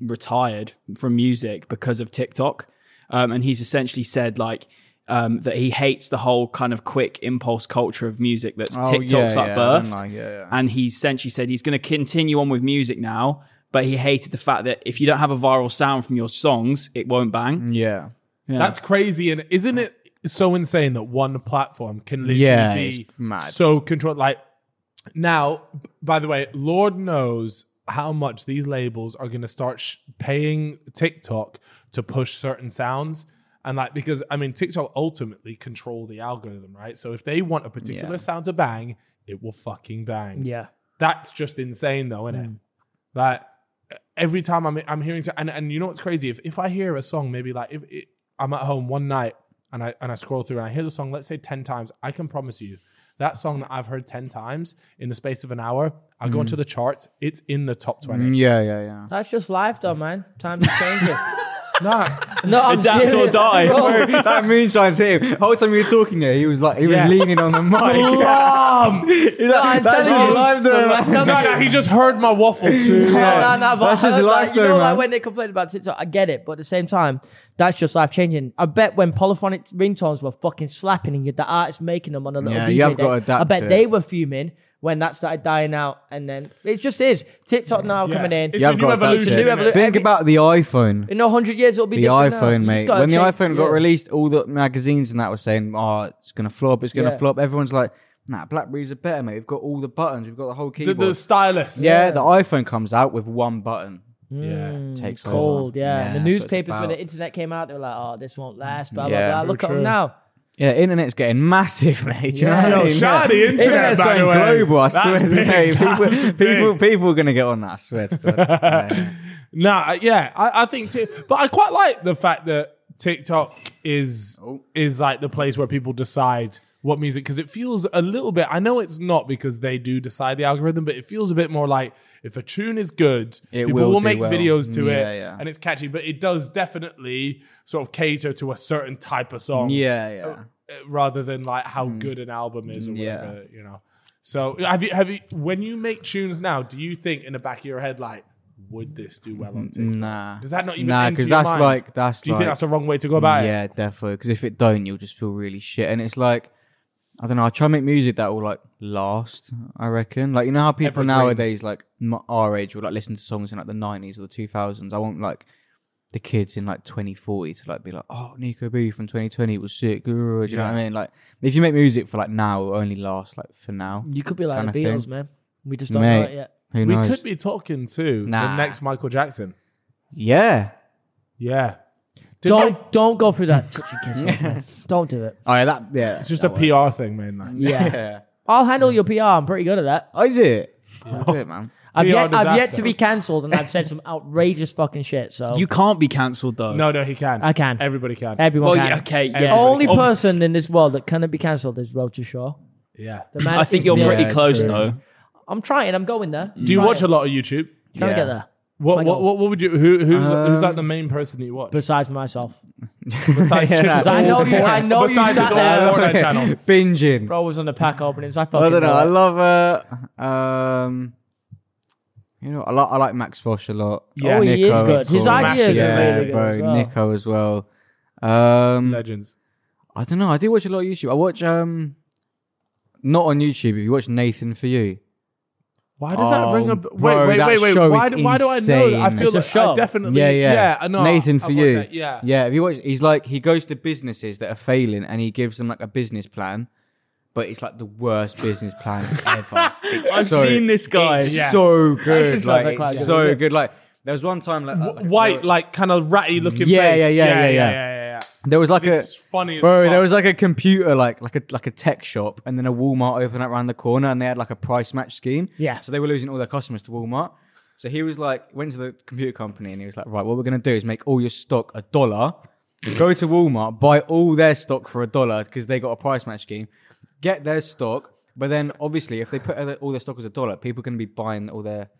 retired from music because of TikTok. Um, and he's essentially said, like, um, that he hates the whole kind of quick impulse culture of music that's
Oh,
Oh,
TikTok's like birthed. And he essentially said he's going to continue on with music now, but he hated the fact that if you don't have a viral sound from your songs, it won't bang. <laughs>
yeah.
Yeah.
That's crazy, and isn't it so insane that one platform can literally
Yeah,
be
it's mad.
so controlled? Like now, b- by the way, Lord knows how much these labels are going to start sh- paying TikTok to push certain sounds. And like because I mean TikTok ultimately control the algorithm, right? So if they want a particular
Yeah.
sound to bang, it will fucking bang.
Yeah.
That's just insane, though, isn't it? Like every time I'm I'm hearing so- and and you know what's crazy? If if I hear a song, maybe like if it, I'm at home one night and I and I scroll through and I hear the song, let's say ten times, I can promise you that song that I've heard ten times in the space of an hour, I go into the charts, it's in the top twenty.
Yeah, yeah, yeah.
That's just life, though, man. Times are changing.
<laughs>
Nah,
no, I'm
Adapt or
serious.
die.
Bro,
that moonshine's him. The whole time you were talking there, he was like, he was
Yeah.
leaning on the mic.
Slum!
He's like,
I'm
that's
telling
his
you,
life though,
I'm
man.
telling
no, no, he just heard my waffle too.
<laughs> No, no, no, but
That's
I
his
heard
life
that, you
though,
know,
man.
like when they complained about TikTok, I get it, but at the same time, that's just life changing. I bet when polyphonic ringtones were fucking slapping and you the artists making them on a little
Yeah,
DJ
you have got to
desk,
adapt
I bet
to
they
it.
were fuming when that started dying out, and then it just is TikTok now
Yeah.
coming in.
It's
Yeah,
a
I've
new
got that
evolution.
It's a new
innit?
evolu-
Think
Every-
about the iPhone.
In a hundred years, it'll be
The
different now.
iPhone,
You just
mate.
gotta
When the
change-
iPhone got
yeah.
released, all the magazines and that were saying, "Oh, it's gonna flop. It's gonna
Yeah.
flop." Everyone's like, "Nah, BlackBerries are better, mate. We've got all the buttons. We've got the whole
the,
keyboard."
the stylus.
yeah, the iPhone comes out with one button.
Mm, yeah.
Takes over.
cold, yeah. And the
that's what it's
newspapers when
about.
the internet came out, they were like, "Oh, this won't last." Blah
Yeah.
blah blah. Look at
True.
them now.
Yeah, internet's getting massive, <laughs> mate. Do you know
Yeah.
what
Yo,
I mean?
shout out the
Yeah.
internet,
<laughs> internet's
by
going
the way.
global. I
That's
swear, to
big,
mate.
that's
People,
big.
people, people are gonna get on that. I swear to God. Yeah.
Nah, yeah, I, I think, t- but I quite like the fact that TikTok is
Oh.
is like the place where people decide what music because it feels a little bit. I know it's not because they do decide the algorithm, but it feels a bit more like if a tune is good,
It
people
will
will,
do
make
well. Mm,
videos to
Yeah,
it,
yeah.
and it's catchy. But it does definitely sort of cater to a certain type of song,
Yeah, yeah. Mm.
uh, rather than like how good an album is or
Yeah.
whatever, you know. So have you have you when you make tunes now, do you think in the back of your head like, would this do well on TikTok?
Nah.
Does that not even
Mm, Nah,
because
that's like that's.
Do you
like,
think that's the wrong way to go about it?
Yeah, definitely. Because if it don't, you'll just feel really shit. And it's like, I don't know. I try and make music that will like last. I reckon. Like you know how people
Evergreen.
nowadays, like m- our age, will like listen to songs in like the nineties or the two thousands. I want like the kids in like twenty forty to like be like, oh, Nico B from twenty twenty was sick. uh, Do you know what I mean? Like if you make music for like now, it will only last like for now.
You could be like
Kinda
the Beatles,
thing.
man. We just don't know
Mate.
it yet.
Who
We
knows?
could be talking to the
Nah.
next Michael Jackson.
yeah.
Yeah. Did
Don't don't go through that. Touchy kiss off, man. <laughs> Don't do it.
Oh yeah, that Mm. yeah.
It's just a PR thing, mainly.
Yeah.
yeah.
I'll handle your PR. I'm pretty good at that.
I do Oh, it. I do it,
<laughs>
man.
I've
PR
yet, I've yet to
disaster.
be cancelled, and I've said some outrageous fucking shit. So
You can't be cancelled though.
No, no, he can.
I can. Eh.
Everybody can.
everyone
Well,
can.
yeah, okay, yeah.
The only
Everybody can.
person in this world that cannot be cancelled is Roger Shaw.
yeah.
The man
I think
is
you're
beyond-
pretty
Yeah,
close
true.
though.
I'm trying. I'm going there.
Do you watch a lot of YouTube?
Yeah.
Trying to get there. my
What, what,
goal.
what, what would you, who, who's, who's
Um,
like the main person that you watch?
Besides myself, <laughs>
Besides
Yeah,
Chips
nah.
Hall,
I know you.
Fortnite-
I know you
besides
sat
all
there.
the Fortnite channel.
<laughs> Binging.
bro was on the pack openings. I fucking
I don't know.
know
I
it.
love uh, um, you know, I like I like Max Fosh a lot.
Yeah.
oh, he
Nico,
is good.
of
His
course.
ideas
Massive.
yeah,
are really good.
bro.
as well.
Nico as well. Um,
Legends.
I don't know. I do watch a lot of YouTube. I watch um, not on YouTube. If you watch Nathan for you,
Why does Um, that
Oh,
ring a b-
bro,
Wait, wait,
that
wait, wait.
show
Why,
is
do- why do I know? that? I
insane.
feel
It's a
like I
show.
definitely.
yeah, yeah,
yeah I know.
Nathan
I've
for
watched
you,
that, Yeah.
yeah. If you watch, he's like he goes to businesses that are failing and he gives them like a business plan, but it's like the worst business plan
<laughs>
ever. It's
I've
so-
seen this guy.
It's
Yeah.
so good.
sounds like
Like,
quite a
it's
good
so
idea.
good. Like there was one time like, uh, like
White, like kind of ratty looking
Yeah,
face.
yeah, yeah, yeah,
Mm. yeah,
yeah.
yeah,
there was like
yeah.
a
It's funny as
Bro,
fuck.
there was like a computer, like like a like a tech shop, and then a Walmart opened up around the corner, and they had like a price match scheme.
Yeah.
So they were losing all their customers to Walmart. So he was like, went to the computer company, and he was like, right, what we're gonna do is make all your stock a dollar. Go to Walmart, buy all their stock for a dollar because they got a price match scheme. Get their stock, but then obviously, if they put all their stock as a dollar, people are gonna be buying all their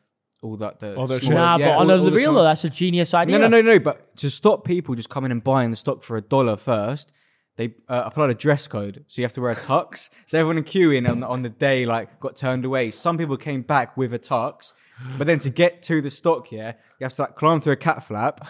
all that the
All their
smaller-
shit.
Nah,
yeah,
but
all-
on the,
all
the real
small-
though, that's a genius idea.
no, no, no, no. But to stop people just coming and buying the stock for a dollar first, they uh, applied a dress code. So you have to wear a tux. So everyone in queue in on, on the day like got turned away. Some people came back with a tux. But then to get to the stock, yeah, you have to like climb through a cat
<laughs>
flap,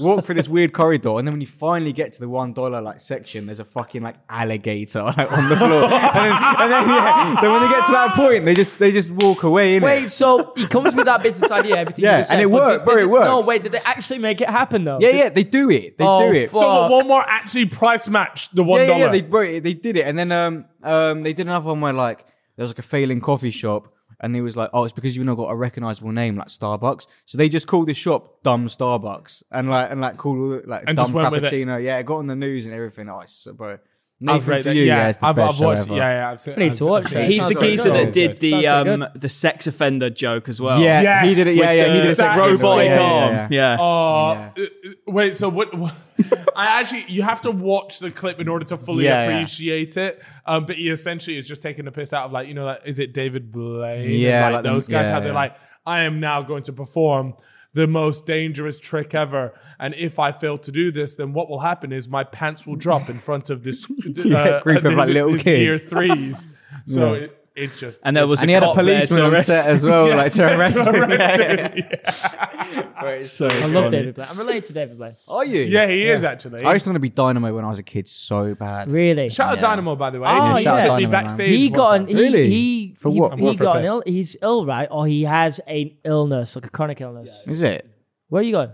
walk through this weird corridor, and then when you finally get to the one dollar like section, there's a fucking like alligator <laughs> like, on the floor. and then, and then, yeah, then when they get to that point, they just they just walk away. Innit?
Wait, so he comes with that business idea, everything. you
Yeah,
just
and
said,
it
but
worked,
did-
bro,
did
it
they- No,
worked.
wait, did they actually make it happen though?
yeah, yeah, they do it. They
Oh,
do it.
fuck.
So what,
fuck.
Walmart actually price matched the one
yeah,
dollar.
yeah, they bro, they did it, and then um um they did another one where like there was like a failing coffee shop, and he was like, oh, it's because you've not got a recognizable name like Starbucks, so they just called this shop Dumb Starbucks, and like and like called all the- like
And
Dumb
just went with it.
Frappuccino, yeah, it got on the news and everything. Oh, it's, bro,
I've
Nathan
read
for
that.
you, yeah, it's the
I've,
best
I've
show
watched.
ever.
Yeah, yeah, I've seen.
need
I've
to watch
seen-
it.
He's the
Sounds
geezer
pretty
that
good.
did the
Sounds pretty
um the sex offender joke as well.
Yeah, he
Yes,
did it. Yeah,
With
yeah, he
the
did a sex
that
video,
robotic
yeah, yeah,
arm.
yeah. <laughs>
Yeah.
Uh, uh, uh, wait. So what? what <laughs> I actually, you have to watch the clip in order to fully
Yeah, yeah.
appreciate it. Um, but he essentially is just taking the piss out of like, you know, like, is it David Blaine? And,
Yeah,
like,
like the-
those guys.
yeah,
how they're
yeah.
like, I am now going to perform the most dangerous trick ever, and if I fail to do this, then what will happen is my pants will drop in front of this <laughs> uh,
<laughs> Yeah, group of,
this-
like, little
this year
kids. <laughs>
threes. So it, it's just
And there was
And he
a
had a
cop there
policeman
to
on
arrest
set
him.
as well,
<laughs>
like to arrest him. <laughs> Yeah, yeah, yeah.
So
I love David Blaine. I'm related to David Blaine.
Are you?
yeah, he is actually.
I used to want to be Dynamo when I was a kid so bad.
Really?
Shout out
Yeah.
Dynamo, by the way.
Oh,
he
yeah.
took
Shout out
me
Dynamo, man.
backstage.
he
one
got
time.
an he,
Really?
he
For
he-
what?
He,
What for
got an
piss?
Ill, he's ill, right? Or he has a illness, like a chronic illness.
Is it
Where are you going?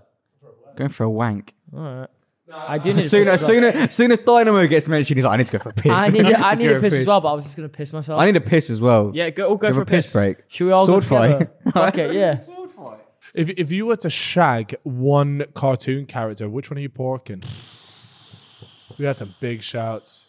going for a wank?
All right. I do need
As soon
to
as, soon as, as soon as Dynamo gets mentioned, he's like, I need to go for a piss.
I need
<laughs>
to, I need
go
to piss as well, but I was just gonna piss myself.
I need a piss as well.
Yeah, go all go
Have
for
a piss break.
Should we all
Sword <laughs>
go together?
fight.
okay, yeah.
If if you were to shag one cartoon character, which one are you porking? We had some big shouts.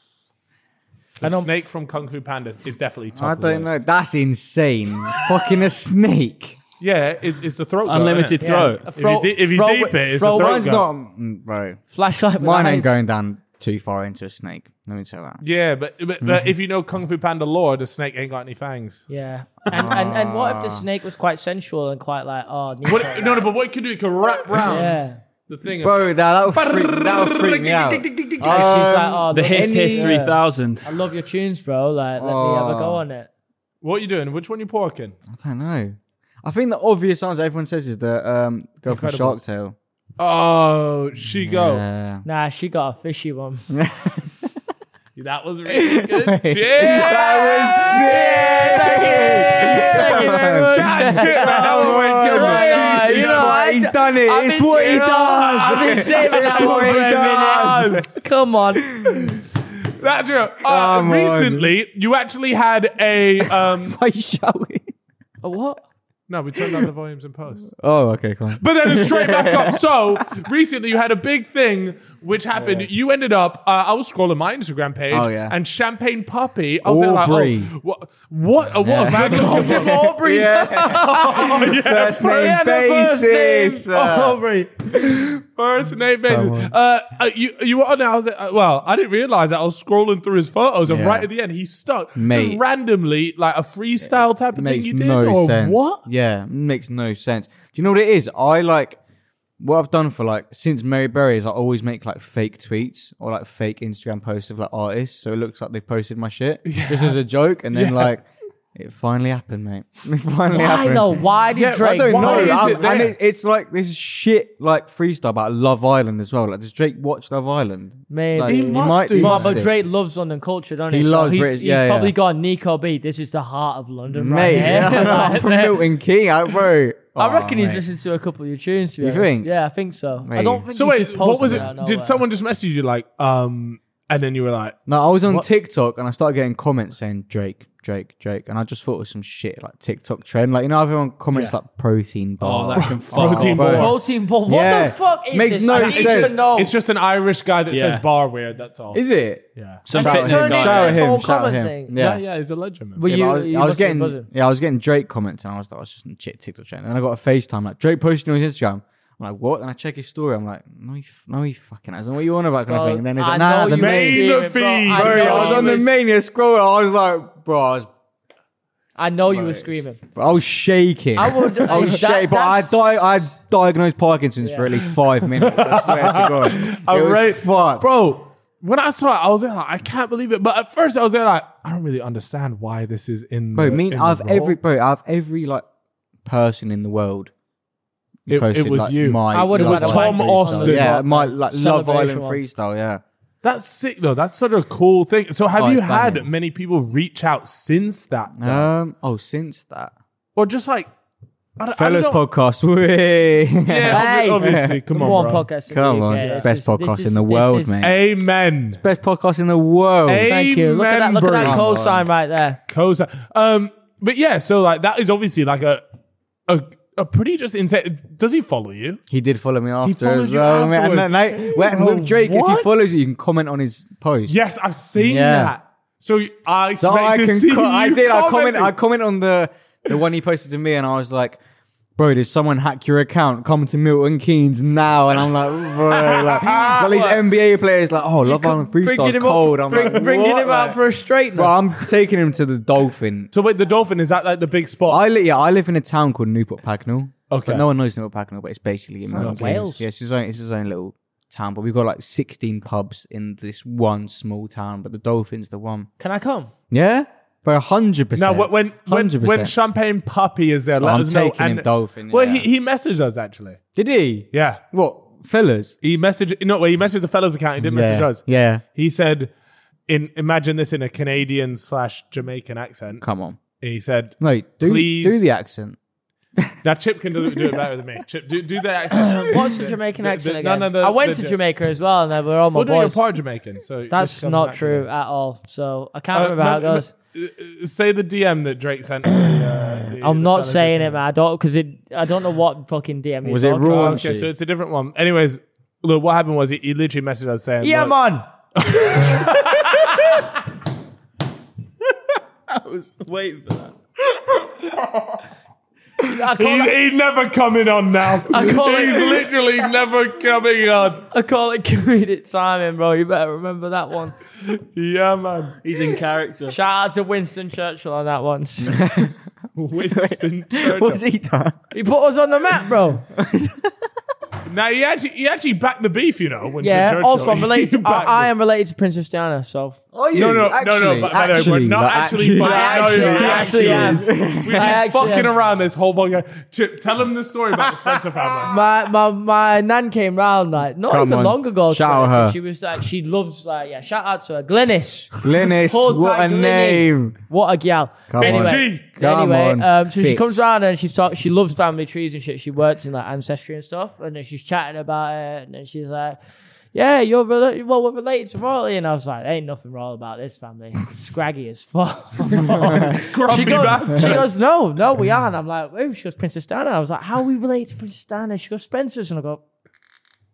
The snake from Kung Fu Pandas is definitely top.
I
of the
don't know.
list.
That's insane. <laughs> Fucking a snake.
Yeah, it, it's the throat. goat,
Unlimited
innit?
throat.
Yeah.
If you, de- if you
Throw-
deep it, it's
throw-
a throat.
Mine's
goat.
not, mm, bro.
Flashlight. with
Mine ain't
eyes.
going down too far into a snake. Let me tell that.
Yeah, but, but,
Mm-hmm.
but if you know Kung Fu Panda lore, the snake ain't got any fangs.
Yeah. And, and and what if the
Ah.
snake was quite sensual and quite like oh neat
<laughs> What,
like
no, no, but what it could do, it could wrap round
Yeah.
the thing.
Bro, that would freak, that would freak
<laughs>
me out.
And she's like, oh,
The
look,
hiss
any-
hiss three thousand.
I love your tunes, bro. Like, let me have a
Ah.
go on it.
What you doing? Which one you porking?
I don't know. I think the obvious answer everyone says is the um, girl from
Incredibles.
Shark Tale.
Oh, she go.
Yeah.
Nah, she got a fishy one.
That was really <laughs> good. Cheers.
Thank
<laughs>
you very much.
Oh
God.
my
You know what?
He's done it.
I've
it's
been-
what he
you know,
does.
I've been saving
It's
that one
what he
for a
does.
minute. Come on.
That joke. Uh,
Come on.
recently, you actually had a. Um, <laughs>
<laughs> Why shall we?
A what?
no, we turned down the volumes in post.
Oh, okay, cool.
But then it's straight back up. So recently, you had a big thing which happened. You ended up. Uh, I was scrolling my Instagram page,
Oh, yeah.
and Champagne Puppy. I was there like,
Aubrey.
oh, what? What? Uh, what a
Yeah.
man!
<laughs>
Was
<laughs>
it Aubrey?
yeah.
Oh, yeah,
First name
Brianna, first
basis. Uh.
name Aubrey. First name basis.
on.
Uh, uh, you you were on it. I was uh, well. I didn't realize that I was scrolling through his photos, and
Yeah.
right at the end, he stuck
Mate.
just randomly like a freestyle type of thing
makes
you did.
no
Oh,
or
sense.
What?
Yeah, makes no sense. Do you know what it is? I like what I've done for like since Mary Berry is I always make like fake tweets or like fake Instagram posts of like artists, so it looks like they've posted my
<laughs>
shit. This is a joke, and then like it finally happened, mate. <laughs> It finally
Why
happened.
though? Why did
Yeah, I
Drake?
don't
why
know.
is
I'm-
it there?
and it, it's like this shit like freestyle about Love Island as well. Like, does Drake watch Love Island?
Maybe.
Like,
He
must do.
he
Well,
But
do.
Drake loves London culture, don't he?
He
So
loves
he's,
British-
he's
yeah,
probably
yeah.
gone Nico B. This is the heart of London, right?
Mate,
here.
<laughs> I'm
<laughs> Right
from
there.
Milton King, I bro.
I reckon
Oh,
he's
mate.
listened to a couple of your tunes. To be
You
honest.
think?
Yeah, I think so. I
Mate.
don't think
So
he's
wait,
just
what
posted
was it?
out of
Did
nowhere.
someone just message you like, um, and then you were like,
No, I was on
What?
TikTok and I started getting comments saying Drake, Drake, Drake, and I just thought it was some shit like TikTok trend. Like you know, everyone comments
Yeah.
like protein
Oh,
bar.
that can fuck.
Protein
Oh, bro.
bar.
<laughs> Protein ball. What
Yeah.
the fuck is
Makes
this?
no
I need to
sense.
know.
it's just an Irish guy that
Yeah.
says bar weird. That's all.
Is it?
yeah.
Some
Shout out
fitness
him.
guy.
Shout out
Shout
It's a
him,
whole
shout
common
him.
thing.
yeah,
Yeah,
yeah, he's a legend. Man.
Were
Yeah,
you,
but I was,
you
I was
must have been
getting
buzzing.
yeah, I was getting Drake comments, and I was, I was just on shit TikTok trend. And I got a FaceTime like Drake posted on his Instagram. I'm like, what? And I check his story. I'm like, no, he, f- no, he fucking hasn't. What are you on about, kind
Bro,
of thing? And then he's
Oh, I
like, nah,
know
the
you
main
main.
were
of
scheming, bro.
feed,
I
bro.
know
Bro, I was
you
on the
were-
mania scroll. I was like, bro, I was,
I know you were screaming.
bro, I was shaking.
I
<laughs>
would.
I was
that-
shaking, but I,
that's-
di- I diagnosed Parkinson's for at least five minutes. I swear to
<laughs>
God, it
I rate-
was fucked.
bro. When I saw it, I was there like, I can't believe it. But at first, I was there like, I don't really understand why this is in.
Bro,
the,
mean,
in
I have
the role.
every bro, I have every like person in the world.
It- it
posted,
was
like,
you.
My
I would've
Love
had a
Island
Tom
freestyle.
Austin.
Yeah, my like Love
Celebration
Island
one.
freestyle. Yeah,
That's sick though. That's such a cool thing. So, have
Oh,
you
it's
had
banging.
many people reach out since that,
Um. Oh, since that
or just like I don't, I
fellas
don't know.
podcast. <laughs> Wee.
Yeah,
Hey.
obvi-
<laughs>
obviously. Come
Come
on,
on,
bro.
podcast. in the
Come
UK.
on,
This
best
is- this
podcast
is-
in the
this
world,
is-
mate.
Amen.
Best podcast in the world.
Thank you. Look at that. Look at that
Amen,
Bruce.
co-sign right there.
Cozy. Um, but yeah, so like that is obviously like a a, a pretty just insane. Does he follow you?
He did follow me after
followed
as
you
well. mate. And
afterwards.
then, like, when-
Bro,
with Drake, if
what?
he follows you, you can comment on his post.
Yes, I've seen
Yeah.
that. So I
So
expect
I
to
can.
see
co- I
you
did. I comment.
commenting.
I comment on the the one he posted to me, and I was like, "Bro, did someone hack your account? Come to Milton Keynes now!" And I'm like, "Bro,
<laughs>
like, like these NBA players, like, oh, Love Island
Bringing
freestyle
him up-
cold." I'm
bring-
like,
Bringing
"What?"
him out
Like,
for a straightener.
Bro, I'm taking him to the Dolphin.
so wait, the dolphin is that like the big spot?
I live. Yeah, I live in a town called Newport Pagnell.
Okay.
but no one knows Newport Pagnell, but it's basically in
Sounds
Milton
like
Keynes.
Wales.
Yeah, it's his own. It's his own little town. But we've got like 16 pubs in this one small town. But the Dolphin's the one.
Can I come?
Yeah, but hundred
now
percent.
wh- when when
100%.
when Champagne Puppy is there, let
I'm
us know.
taking him dolphin,
Well,
yeah.
he he messaged us actually.
Did he?
Yeah,
What fellas?
he messaged. No, well, he messaged the fellas account. He didn't message us.
Yeah.
He said, "In imagine this in a Canadian slash Jamaican accent."
Come on.
He said,
No, do
Please.
do the accent.
Now Chip can do, do it better than
<laughs>
me. Chip, do do the accent.
What's the Jamaican
the-
accent
the-
again?
no, no, the-
I went
the-
to Jamaica as well, and they were all my
Well, no, you're
boys.
part Jamaican, so
That's
this comes
not
back to
true
me.
at all. So I can't
Uh,
remember how it
no,
goes.
no, uh, Say the DM that Drake sent.
<clears throat>
to the, uh, the-
I'm
the
not
fellas
saying it,
account.
man. I don't because it. I don't know what fucking DM. you're
Was it
talking
raw?
about.
Oh, okay, so it's a different one. Anyways, look, what happened was he, he literally messaged us saying,
Yeah,
look,
man.
Wait for that.
I call, it,
He, he never coming on
<laughs>
now. He's
call it- <laughs>
literally never coming on.
I call it <laughs> comedic timing, bro. You better remember that one.
Yeah,
<laughs>
man.
He's in character.
Shout out to Winston Churchill on
<laughs>
that one. <laughs>
Winston Churchill.
What's he done?
he put us on the map, bro.
Now he actually he actually backed the beef, you know. Winston
Yeah.
Churchill.
Also, I'm
<laughs> He
related. I,
backed
I
it.
am related to Princess Diana, so
Are you?
No, no, no, no. But, by the way, we're not actually. but-
I
no,
actually-
no, no,
I actually am.
We've been
I actually
fucking
am.
around this whole podcast. Chip, tell him the story about the Spencer family.
my my my nan came round like not
Come
even
on.
long ago. to be
Shout
honest,
her.
and She was like she loves like yeah. Shout out to her, Glynis.
Glennis,
Hold
what a
tight, Glennis.
name.
What a gal.
Come
on.
anyway,
G.
Come
anyway
on,
um, so she
fit.
comes around and she's talk, she loves family trees and shit. She works in like ancestry and stuff, and then she's chatting about it, and then she's like, "Yeah, you're rela- well, we're related to royalty," and I was like, "Ain't nothing royal about this family. Scraggy as <laughs> fuck." <laughs> she,
Grumpy
goes,
bastard.
she goes, "No, no, we aren't." I'm like, "Oh," she goes, "Princess Diana." I was like, "How are we related to Princess Diana?" She goes, "Spencer's," and I go,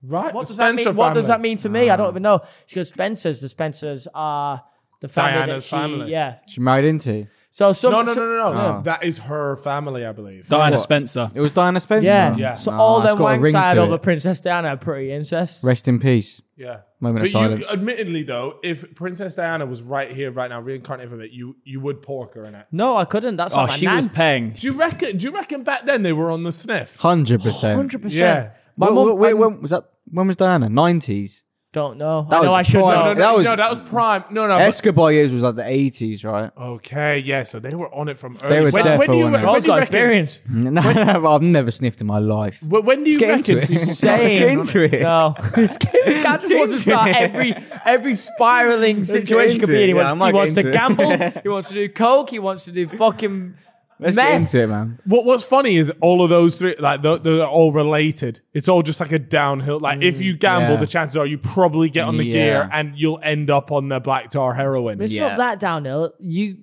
Right.
what
the
does that mean?
Spencer
What does
family.
that mean to me? I don't even know. She goes, Spencers. The Spencers are the family. that
Diana's
she-
family.
Yeah.
She married into.
So some.
No, no,
so-
no, no, no.
Oh.
That is her family, I believe.
Diana Spencer.
It was Diana Spencer.
Yeah.
Yeah.
So
Nah,
all
it's
them
got a
wanks
ring
I had
to
over
it.
Princess Diana are pretty incest.
Rest in peace.
Yeah.
Moment
But
of silence.
you, admittedly, though, if Princess Diana was right here, right now, reincarnated from it, you you would pork her in it.
No, I couldn't. That's
Oh,
not my
she
nan.
was paying.
Do you reckon? Do you reckon back then they were on the sniff?
Hundred percent.
Hundred
Yeah.
percent. My
Wait,
mum.
wait,
I
when was that? When was Diana? Nineties.
don't know.
That
I know
was
I should
prime-
No,
know.
no,
that
no,
was-
no, that was prime. No, no. but-
Escobar years was like the eighties, right?
Oh.
okay, yeah. So they were on it from early.
were
when,
there
when
for
do you,
one
when
night.
do
Ross
you
got
reckon?
experience.
<laughs> No, no, no, <laughs> I've never sniffed in my life.
When, when do you
get
reckon?
into it. Let's
people-
Let's
get into it.
No, <laughs> Cat just wants to start every every spiraling
get
situation
into it.
comedian. He
Yeah, I might
wants, he
get <laughs>
wants to
into it.
gamble. he wants to do coke. He wants to do fucking
Let's get
Meth.
into it, man.
What What's funny is all of those three, like they're, they're all related. It's all just like a downhill. Like if you gamble,
Mm, yeah.
the chances are you probably get on the
Yeah.
gear and you'll end up on the black tar heroin.
It's
Yeah.
not that downhill. <laughs> You.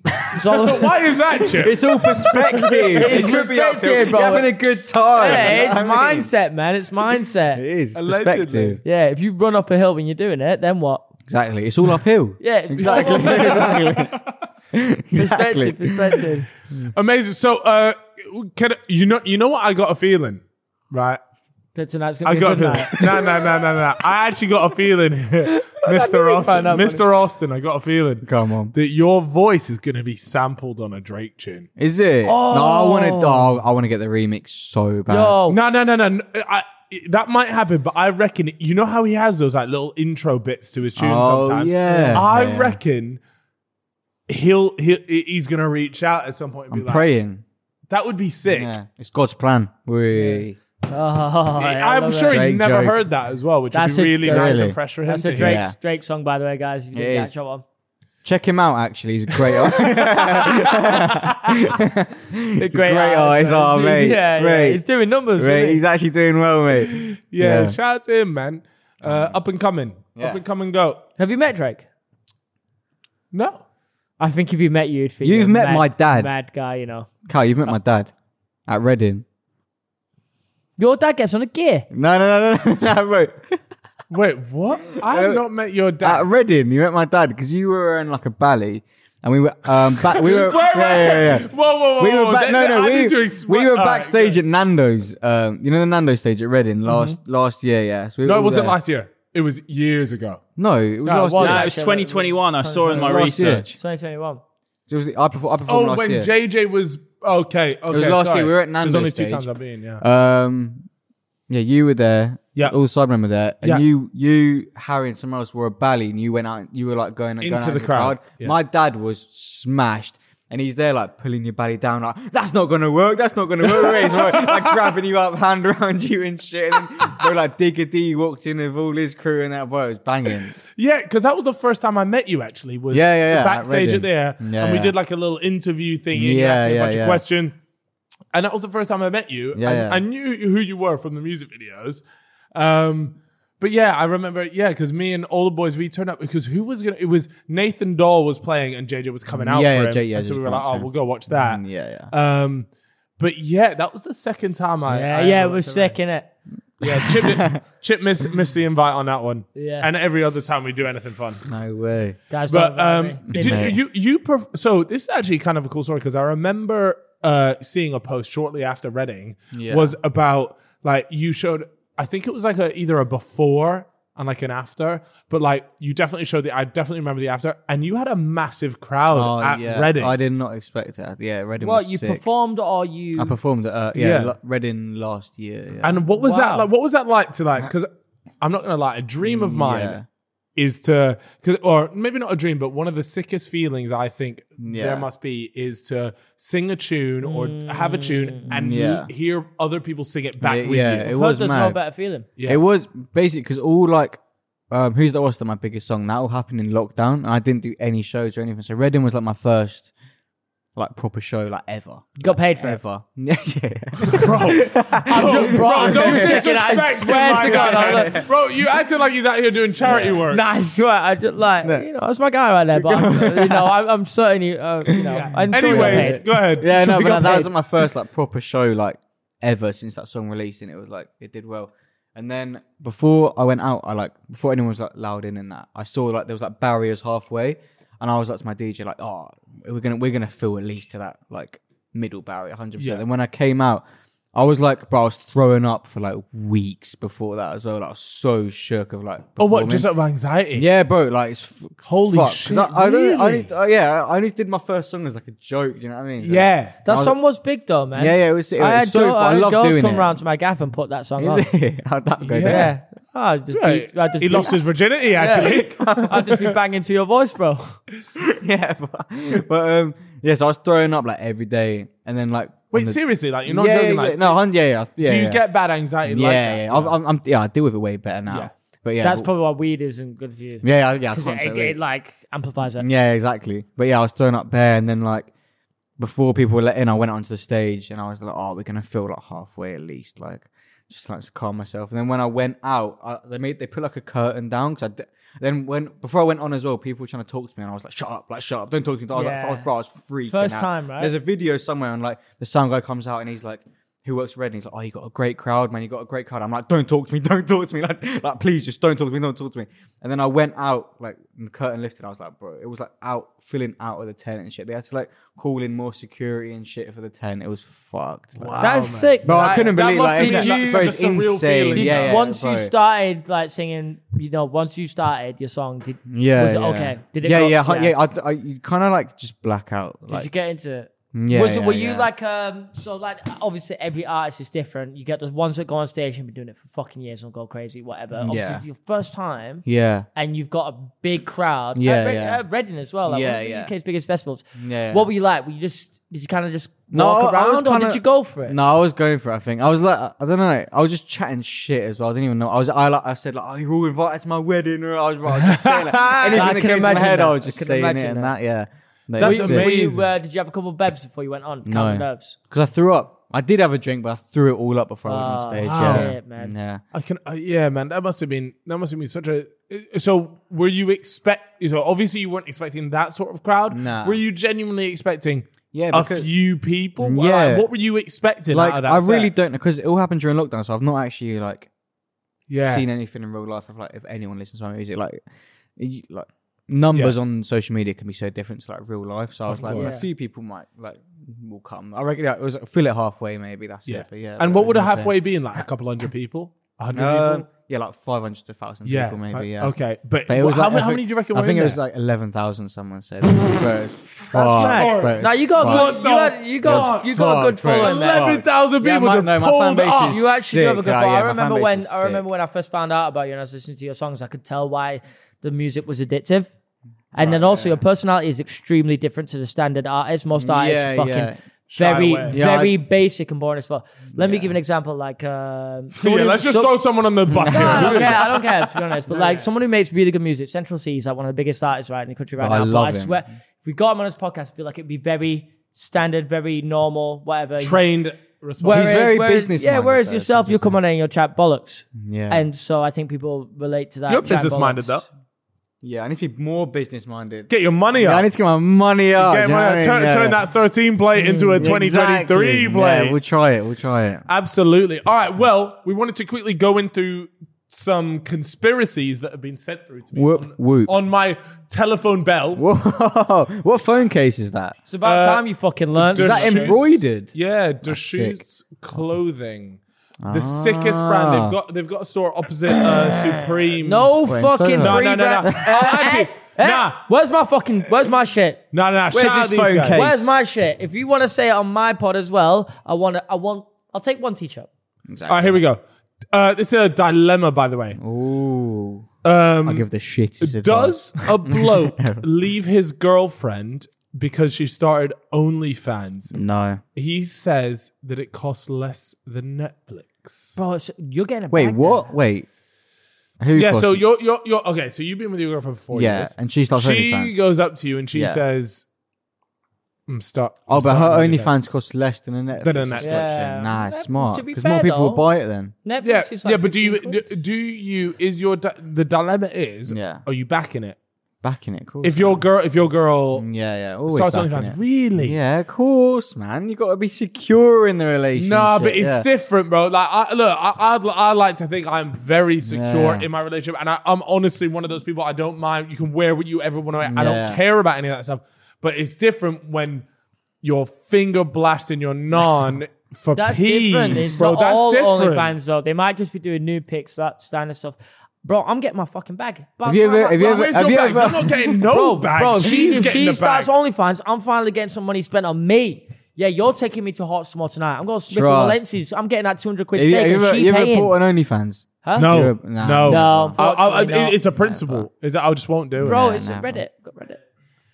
<laughs>
So,
Why is that, Chip?
It's all perspective.
<laughs> It's
It could be up to-
perspective, bro.
You're having a good time.
Yeah, it's
I mean,
mindset, man. It's
It
mindset.
is
Allegedly.
perspective.
Yeah, if you run up a hill when you're doing it, then what?
Exactly. It's all
<laughs>
uphill.
Yeah, it's
Exactly. <laughs> exactly.
Perspective, perspective.
Amazing. So, uh, can you know? You know what? I got a feeling, right?
But tonight's gonna
I
be
got
a
a
good
feeling. <laughs>
night.
No, no, no, no, no. I actually got a
<laughs>
feeling, <laughs> Mr. Austin.
found out, buddy.
Mr. Austin, I got a feeling
Come on.
that your voice is going to be sampled on a Drake tune.
Is it? No, I want to. Oh, I want to get the remix so bad.
Yo,
No, no, no, no. no. I, that might happen, but I reckon you know how he has those like little intro bits to his tunes
Oh,
sometimes.
yeah.
I
Yeah.
reckon he'll, he'll he's going to reach out at some point. And
I'm
be like,
praying.
That would be sick.
Yeah, it's God's plan. We.
<laughs> Oh, yeah, I
I'm
love
sure
that.
he's
Drake
never
joke.
heard that as well, which
That's
would be
a-
really
that's
nice
a-
and fresh for him
that's
to
a
hear.
Drake
Yeah.
Drake song, by the way, guys. If
It
you didn't
is.
catch that one,
Check him out. Actually, he's a
<laughs>
great artist.
the
great eyes, oh, mate.
Yeah, yeah,
Mate.
he's doing numbers.
Right,
isn't he?
he's actually doing well, mate.
Yeah,
Yeah.
shout out to him, man.
Um,
Uh, up and coming,
Yeah.
up and coming, go.
Have you met Drake?
No,
I think if you met you, you'd think
You've
you're a
met
mad-
my dad.
Mad guy, you know.
Kyle, you've met my dad at Reading.
Your dad gets on a gear.
No, no, no, no, no, bro.
wait, what? I
Uh,
have not met your dad.
At Reading, you met my dad because you were in like a ballet, and we were um back. We
<laughs>
were yeah, yeah, yeah.
Whoa, whoa, whoa!
We were
whoa.
back.
Th-
No,
th-
no,
Oh, I
we,
need to Ah, exp-
we were
All right,
backstage
go.
at Nando's. Um, you know the Nando's stage at Reading last last year. Yeah, so we
Mm-hmm.
were
no, it
all
wasn't
there.
last year. It was years ago.
No, it was
No, it
last
was.
year.
No, it was 2021. I saw in my
Last year.
research.
2021.
So it was the, I performed, I performed
Oh,
last
when
year.
JJ was okay. Okay,
last
sorry.
year, we were at Nando's
There's only
stage.
two times I've been. Yeah.
um, yeah, you were there.
Yeah.
all the sidemen were there, and
Yeah.
you, you, Harry, and someone else were a ballet, and you went out. You were like going, going
Into
out
the crowd. Yeah.
My dad was smashed. And he's there, like pulling your belly down, like that's not gonna work. That's not gonna work. It's right.
<laughs>
like grabbing you up, hand around you and shit. And then they were like Digger D walked in with all his crew, and that boy it was banging.
Yeah, because that was the first time I met you. Actually, was
Yeah, yeah,
the
yeah, at
backstage at
Reading.
there,
Yeah,
and we
yeah.
did like a little interview thing. And you
Yeah,
asked me a
yeah,
bunch of
yeah.
questions, and that was the first time I met you.
Yeah,
and
yeah.
I knew who you were from the music videos, um, but yeah, I remember. Yeah, because me and all the boys we turned up because who was gonna? It was Nathan Doll was playing, and JJ was coming out
Yeah,
for
yeah,
him,
J- yeah,
and so
just
we were like,
watch
oh,
him.
we'll go watch that.
yeah, Mm, yeah.
Um, but yeah, that was the second time I.
Yeah,
I
yeah, it
ever went
was
to Reading.
sick, innit?
Yeah, Chip,
<laughs>
did- Chip missed, missed the invite on that one.
Yeah.
and every other time we do anything fun.
No way.
Guys,
But um,
um,
did, you you pref- so this is actually kind of a cool story because I remember uh, seeing a post shortly after Reading
Yeah.
was about like you showed I think it was like a either a before and like an after, but like you definitely showed the I definitely remember the after, and you had a massive crowd
Oh
at
yeah,
Reading.
I did not expect that. Yeah, Reading.
what
was
you
sick.
performed or you?
I performed at uh, yeah,
Yeah.
Lo- Reading last year. Yeah.
and what was that
Wow.
like? What was that like to like? Because I'm not gonna lie, a dream of mine.
Mm, yeah.
Is to, cause, or maybe not a dream, but one of the sickest feelings I think
Yeah.
there must be is to sing a tune or have a tune and
Mm. Yeah.
l- hear other people sing it back
Yeah,
with
yeah,
you.
it was
there's no
mad.
better feeling.
Yeah.
It was basically because all like, um, who's that was that my biggest song? That all happened in lockdown, and I didn't do any shows or anything. So Reading was like my first, like proper show like ever,
You got paid for it.
ever. <laughs> yeah,
I'm just, bro,
<laughs>
I'm
Don't
just checking, I
disrespect him
swear to
like
God,
that.
I look,
bro, you acting like he's out here doing charity work.
Nah, I swear, I just like you know that's my guy right there.
<laughs>
But I'm, you know, I'm, I'm certain you, uh, you know, I'm sure you got
Anyways,
paid.
go ahead.
yeah. No,
we
but no,
got
that
paid.
was like, my first like proper show like ever since that song released, and it was like it did well. And then before I went out, I like before anyone was like loud in and that, I saw like there was like barriers halfway, and I was like to my DJ like, oh, we're gonna we're gonna fill at least to that like middle barrier, hundred
Yeah.
percent. And when I came out, I was like, bro, I was throwing up for like weeks before that as well. Like, I was so shook of like.
Oh, what?
performing.
Just out of anxiety?
Yeah, bro. Like, it's f-
Holy
fuck, 'cause
shit,
I, I, only- I
really?
only- uh, yeah, I only did my first song as like a joke. Do you know what I mean? So-
Yeah.
That song was big though, man.
Yeah, yeah, it was- it
I
was
had,
so
girl,
fun. I
I had
love
girls
doing
come
it.
round to my gaff and put that song on.
Is it? <laughs> How'd that go? down?
Yeah, Oh, I just,
Right.
be, I just
He
be-
lost his virginity, actually.
<laughs> I'd just be banging to your voice, bro.
yeah, but, but um, yeah, so I was throwing up like every day, and then like
Wait,
on the-
seriously, like, you're
yeah,
not
yeah,
joking.
yeah,
like,
no, hun- yeah, yeah, yeah,
do you
yeah.
get bad anxiety
yeah,
like
yeah,
that?
yeah. I'm, I'm, I'm, yeah, I deal with it way better now.
Yeah.
But yeah,
That's
but-
probably why weed isn't good for you.
yeah, yeah, yeah, I
because
can't
it,
tell
it,
you.
it, like amplifies it.
yeah, exactly. But yeah, I was throwing up there, and then like before people were let in, I went onto the stage and I was like, "Oh, we're gonna fill like halfway at least." Like, just like to calm myself. And then when I went out, I, they made they put like a curtain down because I. d- then when before I went on as well, people were trying to talk to me, and I was like, "Shut up! Like, shut up! Don't talk to me!" I was like,
Yeah.
I was, "Bro, I was freaking
First
out.
time, right?
There's a video somewhere, and like the sound guy comes out, and he's like, "Who works for Red?" And he's like, "Oh, you got a great crowd, man. You got a great crowd." I'm like, "Don't talk to me! <laughs> Don't talk to me! Like, like please, just don't talk to me! Don't talk to me!" And then I went out, like and the curtain lifted. I was like, "Bro, it was like out filling out of the tent and shit. They had to like call in more security and shit for the tent. It was fucked. Like,
That's sick.
Oh, Bro, I
right?
couldn't
that
believe
must
like,
have
it's-
been
that-
you-
so it's
just a real
insane.
feeling.
Yeah, yeah,
once you
bro.
started like singing, you know, once you started your song, did
Yeah.
was it
yeah.
okay? Did it
yeah,
go-
yeah, hu-
yeah.
yeah. I, I, you kind of like just black out.
did
Like,
you get into it?
yeah,
was it,
yeah,
were you
yeah.
like um so like obviously every artist is different. You get those ones that go on stage and been doing it for fucking years and go crazy, whatever. Obviously
Mm, Yeah.
it's your first time
Yeah.
and you've got a big crowd.
Yeah,
at, Red-
yeah.
at Reading as well. Like
Yeah,
one of the
yeah.
UK's biggest festivals.
Yeah.
What were you like? Were you just did you kind of just
No, I- I
walk
was
around or
kinda-
did you go for it?
No, I was going for it, I think. I was like, I don't know. I was just chatting shit as well. I didn't even know. I was, I like, I said, like, oh, you're all invited to my wedding. Or I was, I was just saying, like, anything
<laughs> I
that
can
came to my
imagine
head, I
that.
was just
I can
saying it
imagine
and
that.
that, yeah. But it
That's
was sick.
Were
amazing.
you, uh, did you have a couple of bevs before you went on?
No.
Couple of bevs.
Because I threw up. I did have a drink, but I threw it all up before I went
Oh,
on stage.
wow.
Yeah.
shit, man.
Yeah.
I can, uh, yeah, man, that must have been that must have been such a. uh, So, were you expect? So, obviously, you weren't expecting that sort of crowd.
Nah.
Were you genuinely expecting?
Yeah,
a
because-
few people. Like,
Yeah.
what were you expecting?
Like,
out of that
I really
set?
don't know because it all happened during lockdown, so I've not actually, like,
yeah.
seen anything in real life of like if anyone listens to my music like you, like numbers on social media can be so different to like real life so i was like
course.
a few people might like will come i reckon yeah, it was like, fill it halfway maybe that's
yeah.
it but yeah
and
but
what
it
would a
was insane.
halfway be in? Like a couple hundred people, a hundred
um,
people.
yeah like 500 to 1000
Yeah.
people maybe
like,
yeah
Okay, but,
but it
wha-
was
how,
like,
many-
I
how
think-
many do you reckon?
I
were
think
in
it was
there?
like 11,000
<laughs>
someone said Bro, it's fucked,
mad.
bro, it's
No, you got a
fucked.
good, you, had, you got
Fuck.
you got a good
Fuck, bro.
following, man.
eleven thousand
Yeah,
people.
my-
that
no, my fan
pulled
base
up.
is-
You actually
Sick.
have a good
Ah,
follow.
yeah,
I
my fan
remember
base
when
is
I remember
sick.
when I first found out about you and I was listening to your songs, I could tell why the music was addictive. And then also your personality is extremely different to the standard artist. Most artists
Yeah,
fucking
yeah.
Shy
very
away.
Yeah,
very
I-
basic and boring as well. Let me give an example.
<laughs>
Like um
Yeah,
someone who-
let's just
so-
throw someone on the bus
<laughs> No, I don't
here.
care. I don't care to be honest. But like someone who makes really good music, Central C is like one of the biggest artists right in the country right
Oh, I
now.
love
but I
him.
swear, if we got him on this podcast, I feel like it'd be very standard, very normal, whatever. He's
Trained. response.
Whereas,
He's very
whereas,
business
Yeah,
minded,
whereas
though,
yourself, you come on and you'll chat bollocks.
Yeah.
And so I think people relate to that.
You're
chat
business minded
bollocks.
though.
yeah i need to be more business minded
Get your money
yeah,
up.
i need to get my money
Get
up do you know
money up.
what Oh, I Mm, mean?
Turn,
Yeah.
turn that 13 plate into a 2023
Exactly.
plate.
yeah, we'll try it we'll try it
Absolutely. All right. Well, we wanted to quickly go into some conspiracies that have been sent through to me
Whoop,
on,
whoop.
on my telephone bell.
Whoa! <laughs> What phone case is that?
It's about
Uh,
time you fucking learned.
Deschutes-
that embroidered?
Yeah,
sick. Ah.
Deschutes clothing. The sickest brand they've got. They've got a store opposite
<coughs>
uh, Supreme.
no
Wait,
fucking
so- No,
free
no, no,
brand.
no. Oh,
<laughs>
actually,
Eh?
nah.
Where's my fucking? Where's my shit?
no, no. Shout out
his
these
phone
guys.
case?
Where's my shit? If you want to say it on my pod as well, I want. to I want. I'll take one t-shirt.
All right, here we go. Uh, this is a dilemma, by the way.
Ooh.
Um,
I'll give the shit.
Does
<laughs>
a bloke leave his girlfriend because she started OnlyFans?
No.
He says that it costs less than Netflix.
Bro, it's- you're getting a
Wait,
bag
what? Wait. Who
Yeah, so
posted-
you're you're you're okay. So you've been with your girlfriend for four
Yeah,
years,
and she starts
she
OnlyFans.
goes up to you and she
Yeah.
says, "Mm, "I'm stuck."
Oh, but her OnlyFans costs less than a Netflix.
Than a Netflix.
Yeah.
Nah,
That-
smart.
to be
Because
fair,
more people will
though-
buy it then.
Netflix
Yeah,
is like
yeah, but do you
15
do,
quid.
do you is your di- the dilemma is
Yeah.
are you backing it
Backing it, of course.
if your girl if your girl
yeah, yeah, always
starts
Mm, backing
OnlyFans
it.
really
Yeah, of course, man. You got to be secure in the relationship.
Nah, but it's
yeah.
different, bro. Like, I, look, I, I, I like to think I'm very secure
Yeah.
in my relationship, and I, I'm honestly one of those people. I don't mind. You can wear what you ever want to wear. I
Yeah.
don't care about any of that stuff. But it's different when you're finger blasting your
<laughs>
non for
That's
peas,
different. It's
bro.
not
That's
all
different.
OnlyFans though. They might just be doing new pics, that kind of stuff. Bro, I'm getting my fucking bag. By
Have
the
you
time
ever-
I-
have you
bro,
ever-
Where's your bag?
ever-
You're not
<laughs>
getting no bag.
Bro, if
she's
she, if
getting
she
the bag.
starts OnlyFans, I'm finally getting some money spent on me. Yeah, you're taking me to Hotspur tonight. I'm going to Smith and
Trust.
Valenci's. I'm getting that 200 quid
Have you,
steak
have you
and
ever,
she
you ever
paying.
bought an OnlyFans?
Huh?
no,
You're-
no,
nah.
I,
No,
I,
unfortunately
it-
not.
it's a principle. Is that I just won't do it.
Bro,
Nah,
it's
nah, bro.
Reddit. Got Reddit.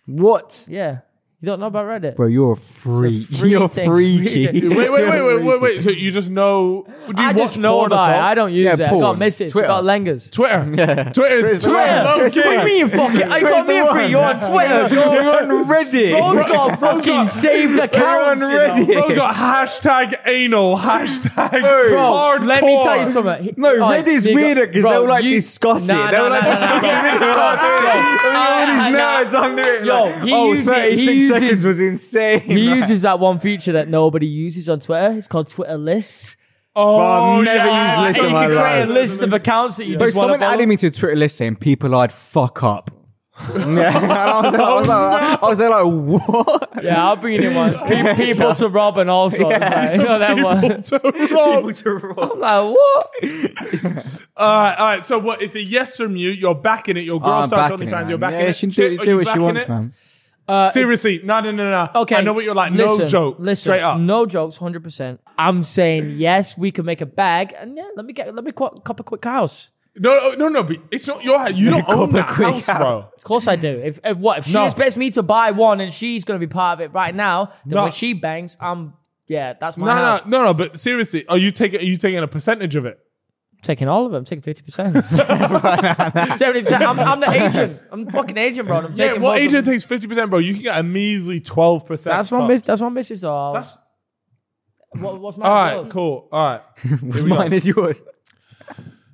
What?
Yeah. You don't know about Reddit?
Bro, you're a freak.
free
<laughs> You're
thing. <laughs>
freaky.
Wait, wait, wait, wait, wait, wait. So you just know? Do you
I
watch
just know
porn at
about it.
all?
I don't use
Yeah,
it. I
porn.
got
<laughs>
messages. I
Twitter.
got langers.
Twitter,
Yeah.
Twitter,
Twitter's the
Twitter,
one.
low
Twitter's the
key.
one.
What do you mean, fuck it? I got me and free.
<laughs>
You're on Twitter. You're
You're on
Bro's
Reddit.
got fucking saved accounts.
on
you know.
Reddit.
Bro got hashtag anal, hashtag
Bro,
hardcore.
let me tell you something. He-
No,
Alright,
Reddit's
you got-
weirder because
bro,
they were like
you-
discuss it.
Nah,
they
nah,
were like
nah, nah,
discussing
nah,
it. They
nah.
were like doing it.
Nah,
All
nah,
these nerds
nah.
under it.
Yo,
like,
he
oh,
uses- he
36
uses-
seconds was insane.
He
like,
uses that one feature that nobody uses on Twitter. It's called Twitter lists.
Oh,
I've never
yeah.
used
And
List
you
of my
can create a
life.
list of accounts that you
Bro,
just want
someone
to follow.
added me to a Twitter list saying people I'd fuck
<laughs>
up. yeah, <laughs> and I was, like, I, was like, I was there like, what?
Oh, Yeah, I'll bring it
<laughs>
in once. Pe- people to rob and all sorts. Like, you
<laughs>
know that
<laughs>
one.
People to rob.
I'm like, what?
All right, all right. So what? It's a yes from you. You're backing it. Your girl
I'm
starts
backing it,
OnlyFans. You're
man.
backing
yeah,
it.
She can
Chip,
do,
are
do
you
what she
backing
wants,
it? Uh,
man. Uh,
Seriously, no, no, no, no.
Okay.
I know what you're like. no
listen,
joke.
Listen,
Straight up.
No jokes, 100%. I'm saying, yes, we can make a bag. And yeah, let me get, let me qu- cop a quick house.
No, no, no. But it's not your house.
<laughs>
You don't own that house, bro.
Of course I do. If, if what, if she
No.
expects me to buy one and she's going to be part of it right now, then
No.
when she bangs, I'm, yeah, that's my
No, no,
house.
no, no. But seriously, are you taking? Are you taking a percentage of it?
taking all of them. Taking fifty
<laughs>
percent, <laughs> seventy percent. I'm I'm the agent. I'm the fucking agent, bro. and I'm
Yeah,
taking
what
most of
agent
them.
takes fifty percent, bro? You can get a measly twelve percent.
That's my miss. That's my missus. Though.
That's
what, what's my
all right. Cool. All
<laughs>
right.
What's
we go.
mine is yours.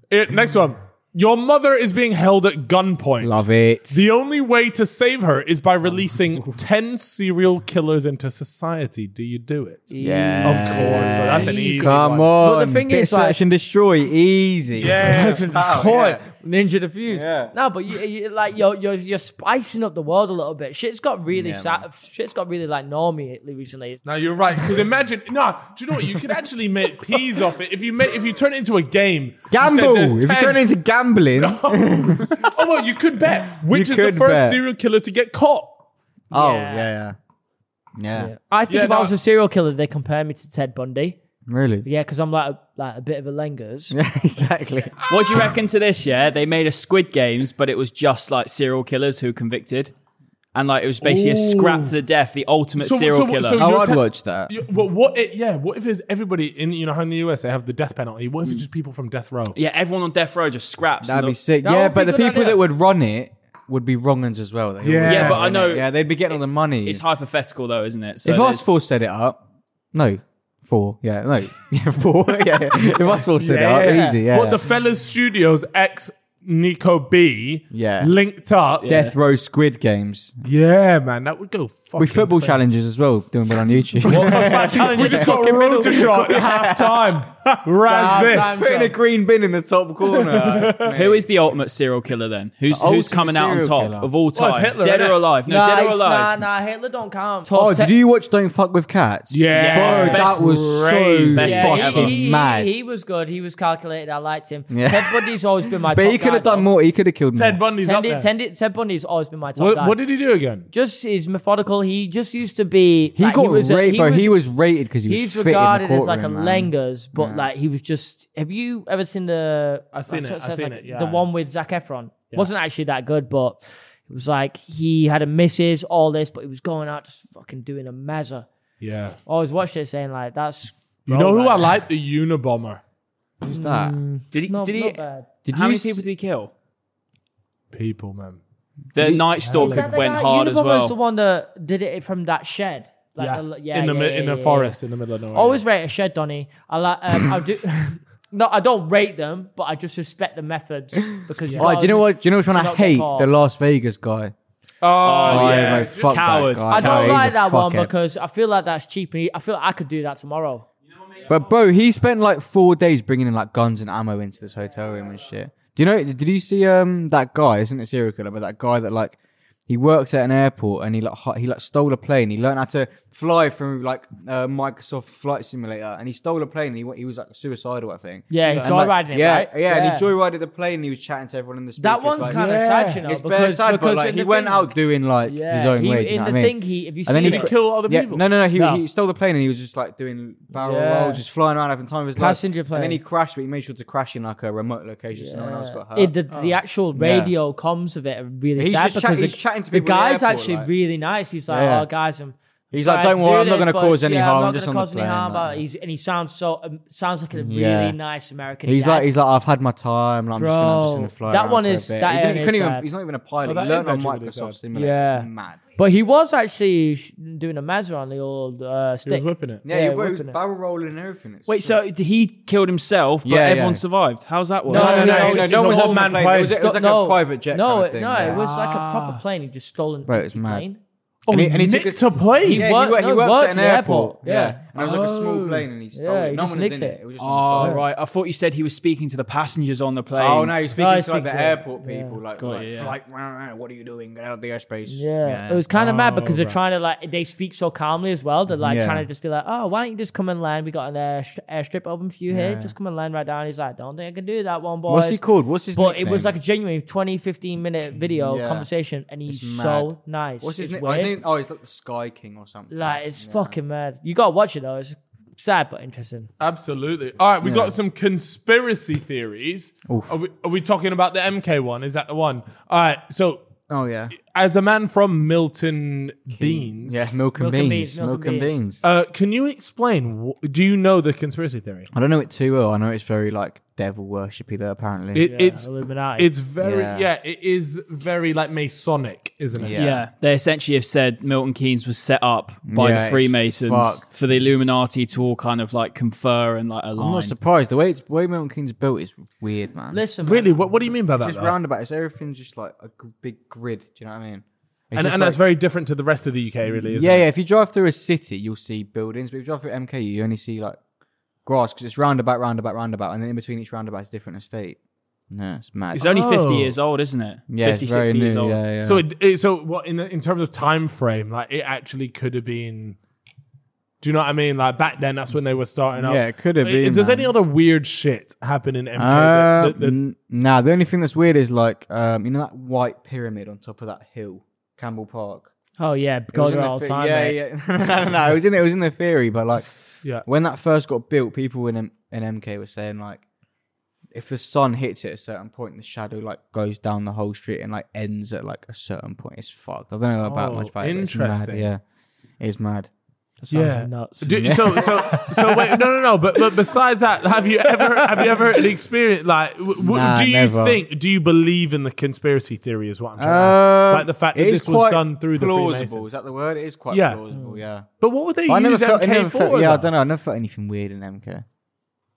Here, next one. Your mother is being held at gunpoint.
Love it.
The only way to save her is by releasing <laughs> 10 serial killers into society. Do you do it?
yeah.
Of course, bro. That's an easy
Come
one.
on.
But the thing
Bit
is,
search
like-
and destroy, easy. <laughs>
Yeah.
Destroy Ninja Diffuse.
Yeah.
No, but you, you like you're, you're you're spicing up the world a little bit. Shit's got really sad. Shit's got really like normy recently.
No, you're right. Because imagine, no, do you know what? You could actually make peas off it if you make, if you turn it into a game. you said there's
Gamble. If you
10.
turn it into <laughs> gambling, oh,
<laughs> oh well, you could bet which
You
is the
could
first
bet.
serial killer to get caught.
Yeah.
Oh, yeah. Yeah.
I think
Yeah,
if I
no.
was a serial killer, they compare me to Ted Bundy.
Really?
Yeah, because I'm like a, like a bit of a Lengers.
Yeah, <laughs> exactly.
What do you reckon to this? Yeah, they made a Squid Games, but it was just like serial killers who were convicted, and like it was basically a scrap to the death, the ultimate
So- so-
serial killer.
so-
Oh,
You're
I'd
te-
watch that.
You- Well, what? It, yeah. What if it's everybody in you know how in the US they have the death penalty? What if
Mm.
it's just people from death row?
yeah, everyone on death row just scraps.
That'd
and
be
they'll-
sick.
That
yeah,
would be
but the
good
people
idea.
that would run it would be wrong uns as well. They always
Yeah,
would
but
I
run
know-
it. Yeah, they'd be getting all the money.
It's hypothetical though, isn't it? So
if
there's-
us four set it up, no, four. Yeah, no, <laughs> yeah, four. Yeah, yeah. if us four set
Yeah,
it up,
yeah, yeah.
easy. Yeah.
What the fellas studios ex Nico B
Yeah.
linked up. Yeah.
Death Row Squid Games.
man, that would go fucking.
We football
crazy.
challenges as well, doing one on YouTube.
<laughs>
<laughs>
We just got a rotor shot at half time. Raz
Half-time.
this.
Putting a green bin in the top
<laughs>
corner.
Who is the ultimate serial killer then? Who's who's
ultimate
coming out on
serial
top
killer.
of all time?
Well, it's Hitler,
dead
innit?
or alive? No,
Nah,
dead or
it's-
alive.
Nah, nah, Hitler don't count.
oh,
Top
did you watch Don't Fuck with Cats?
Yeah.
bro,
Best
that was so
raid. Best
fucking
ever.
he,
mad.
He was good. He was calculated. I liked him.
Yeah.
Ted Bundy's always been my
<laughs> but
top
he could have
guy,
done
though.
more. He could have killed
Ted
more.
Bundy's up
Ted,
there.
Ted, Ted Bundy's always been my top
what,
guy.
what did he do again?
just he's methodical. He just used to be.
He
like,
got
he was a-
rated,
he
bro.
was-
he was rated because he was
He's
fit in the
regarded as like a
courtroom, man.
Lengers, but like he was just. Have you ever seen the? I've
seen it, I've seen it, yeah.
The one with Zac Efron wasn't actually that good, but it was like he had a missus, all this, but he was going out just fucking doing a measure.
Yeah.
Always watched it saying like that's.
You know who I like? The Unabomber.
Who's that?
Did he?
Not,
did he?
not bad.
Did
how
you
many
s-
people did he kill?
People, man.
The Night
Is
Stalker
that the
went
guy-
hard as
Unabomber was the
well.
one that did it from that shed. Like,
Yeah.
the- yeah,
in the
yeah,
mi-
yeah,
in
yeah,
the
yeah.
forest, in the middle of nowhere.
Always rate a shed, Donny. I like. Um, I do. <laughs> No, I don't rate them, but I just respect the methods because. you
Oh,
gotta-
do you know what? Do you know which one
to
I
not get
hate?
caught.
The Las Vegas guy.
Oh,
Oh,
yeah.
yeah.
like,
just
fuck that
coward.
guy.
I
I don't
He's a
like that one
fuckhead.
because I feel like that's cheap, and he- I feel like I could do that tomorrow.
But bro, he spent like four days bringing in like guns and ammo into this hotel room and shit. Do you know? Did you see um that guy? Isn't a serial killer, but that guy that like he works at an airport and he like hi- he like stole a plane. He learned how to fly from like uh, Microsoft Flight Simulator, and he stole a plane. And he wa- he was like suicidal, I think.
Yeah, he
And, like,
joyriding it,
yeah,
right?
Yeah, and he joyrided the plane. and He was chatting to everyone in the speakers.
That one's
like-
kind of
Yeah.
sad, you know,
It's bare
because,
sad,
because
but like
in
he
the
went
thing-
out doing like
Yeah,
his own
he-
way. do you
in
know what
the
I mean?
thing, he- have you
And then
seen
he
it?
cr-
kill other
yeah,
people.
No, no, no. He,
No.
he stole the plane and he was just like doing barrel
Yeah.
roll, just flying around having time of his
Passenger
life. And then he
plane.
crashed, but he made sure to crash in like
Uh,
a remote location so no one else got hurt. Oh.
It, the, the actual radio comms of it are really
he's
sad
just chat-
because
he's
it-
chatting chatting to
The
people at the
guy's
airport,
actually
like-
really nice. He's like,
Yeah.
oh, guys, I'm.
He's like,
trying
"Don't
to
worry,
do
I'm not
this,
gonna
but
cause any
yeah,
harm,
I'm
I'm
not
just
gonna
on the
cause any
plane,"
harm.
like
But
that.
he's and he sounds so um, sounds like a
Yeah.
really nice American.
He's
dad.
like, he's like, I've had my time, and I'm just gonna, I'm just
Bro,
gonna fly.
that
around
one
for a
is-
bit."
that
he, didn't-
is
he couldn't
sad.
even. He's not even a
Oh,
pilot.
that
he
is
learned on
actually really
Microsoft
sad.
Simulator.
Yeah.
It's mad.
but he was actually sh- doing a Mazda on the old uh,
He was
stick.
whipping it.
Yeah,
Yeah,
he was
whipping it.
barrel rolling and everything. It's
Wait,
so-
so d- he killed himself, but
Yeah, yeah.
everyone survived. How's that work?
No,
no, no,
no, no,
no,
it's
no,
just
no
an
one's
old
on the
man
plane. It was,
plane.
it was like
No,
a private jet.
No,
kind of
it-
thing,
no,
yeah.
it was like a proper
Ah.
plane. He just stolen
Bro, it's mad.
plane.
Oh,
And he-
he,
and he took
nicked
a-
a plane.
Yeah,
worked-
he, wor- he
no, he
worked,
worked
at an
at the
airport.
airport,
Yeah.
yeah.
and it was like a small
Oh.
plane, and he stole
Yeah,
it.
he
No
just
one was
nicked
in it.
it.
It was just on
Oh,
the side.
right. I thought you said he was speaking to the passengers on the plane.
Oh no, you're speaking
No, he
to like the
speaks to it.
airport
Yeah.
people, like,
Got it,
like
yeah.
flight, rah, rah, what are you doing? Get out of the airspace.
Yeah. it was kind of mad
Oh,
because they're
right.
trying to like they speak so calmly as well. They're like
Yeah.
trying to just be like, oh, why don't you just come and land? We got an air airstrip open for you here.
Yeah.
Just come and land right down. He's like, don't think I can do that one, boy.
What's he called? What's his?
But it
nickname?
was like a genuine 20, 15 minute video
Yeah.
conversation, and he's
It's mad.
so nice.
What's his
It's
name? Oh, his
weird.
name? Oh, he's like the Sky King or something.
Like it's fucking mad. You gotta watch it though. It's sad but interesting.
Absolutely. All right, we got some conspiracy theories. Are we, are we talking about the MK one? Is that the one? All right. So,
Oh yeah.
as a man from Milton Beans,
Yeah, milk and
Milk
beans.
and beans, milk
Milk
and
and beans.
uh, can you explain? wh- Do you know the conspiracy theory?
I don't know it too well. I know it's very like devil worshipy though. Apparently.
It, it's
Illuminati.
it's very
Yeah.
yeah. It is very like Masonic, isn't it?
Yeah.
Yeah. they essentially have said Milton Keynes was set up by
Yeah, it's
the Freemasons
fucked.
for the Illuminati to all kind of like confer and like
I'm
align.
not surprised. The way it's the way Milton Keynes built is weird, man.
Listen,
Really?
man,
What What do you mean by that?
It's
though?
roundabout. It's everything's just like a g- big grid. Do you know what I mean? It's
and
just
and that's
like-
very different to the rest of the UK, really. Isn't
yeah,
it?
yeah. If you drive through a city, you'll see buildings, but if you drive through MK, you only see like grass because it's roundabout, roundabout, roundabout, and then in between each roundabout is a different estate. Yeah, it's mad.
It's only 50
Oh.
years old, isn't it?
yeah,
50,
it's very
60 years
new,
old.
Yeah, yeah.
So it, it so what in in terms of time frame, like it actually could have been. Do you know what I mean? Like back then, that's when they were starting up.
Yeah, it could have been,
Does
man.
any other weird shit happen in MK?
Uh,
that- that- that-
n- nah, the only thing that's weird is like um, you know that white pyramid on top of that hill, Campbell Park.
Oh yeah,
It was
go there
in the
all the
the-
time.
Yeah,
mate.
yeah. <laughs> no, no, no. It was in it was in the theory, but like
yeah.
when that first got built, people in M- in MK were saying like, if the sun hits it at a certain point, the shadow like goes down the whole street and like ends at like a certain point. It's fucked. I don't know about
Oh,
much about it. but It's mad.
interesting.
Yeah, it's mad.
That sounds
Yeah.
nuts.
Do- So so so wait no no no but but besides that have you ever have you ever experienced like w- w-
Nah,
do you
never.
think do you believe in the conspiracy theory is what I'm trying to ask. like the fact that
Um, it is
this was
quite
done through the
plausible.
Freemasons
is that the word? It is quite
Yeah. Mm.
plausible. Yeah.
but what would they
I never
use
felt. I
MK
never
for
felt yeah, I
though?
don't know. I never felt anything weird in MK.
yeah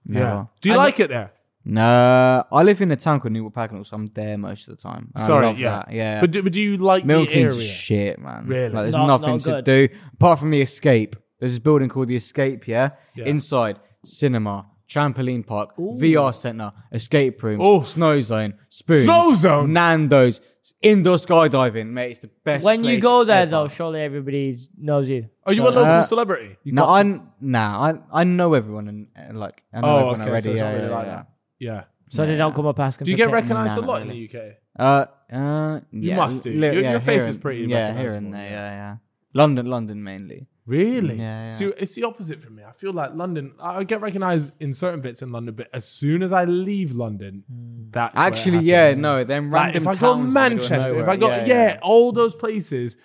Never.
do you
I
like it there
No, I live in a town called Newport Pagnell, so I'm there most of the time. And I
sorry
love
yeah
that, yeah.
but do, but do you like the area
Milking's shit, man.
Really?
Like, there's
Not-
nothing
not
to
good.
do apart from the escape. There's this building called the Escape. Yeah,
Yeah.
inside cinema, trampoline park, VR center, escape rooms,
Oof.
snow zone, spoons,
Snow zone?
Nando's, indoor skydiving. Mate, it's the best.
when you
place
go there
ever.
though, surely everybody knows you.
are you a local
Uh,
celebrity
no, I nah, I I know everyone and, and like I know
Oh,
everyone
okay,
already.
so it's
yeah,
not really
yeah,
like
yeah.
that. yeah
So they don't come up asking.
do you
for
get
pics.
recognized
Nah,
a
not
lot
really.
in the UK
Uh, uh, yeah,
must do. Your- your face
here
is
and-
pretty
Yeah, here
recognisable,
and there. Yeah, yeah. London, London mainly.
Really?
Yeah, yeah.
So it's the opposite for me. I feel like London. I I get recognised in certain bits in London, but as soon as I leave London,
Hmm.
that's where it
Actually, yeah,
happens.
no. Then
Like,
random
if I go
towns in the middle of
Manchester, if I
nowhere,
go yeah, all those places,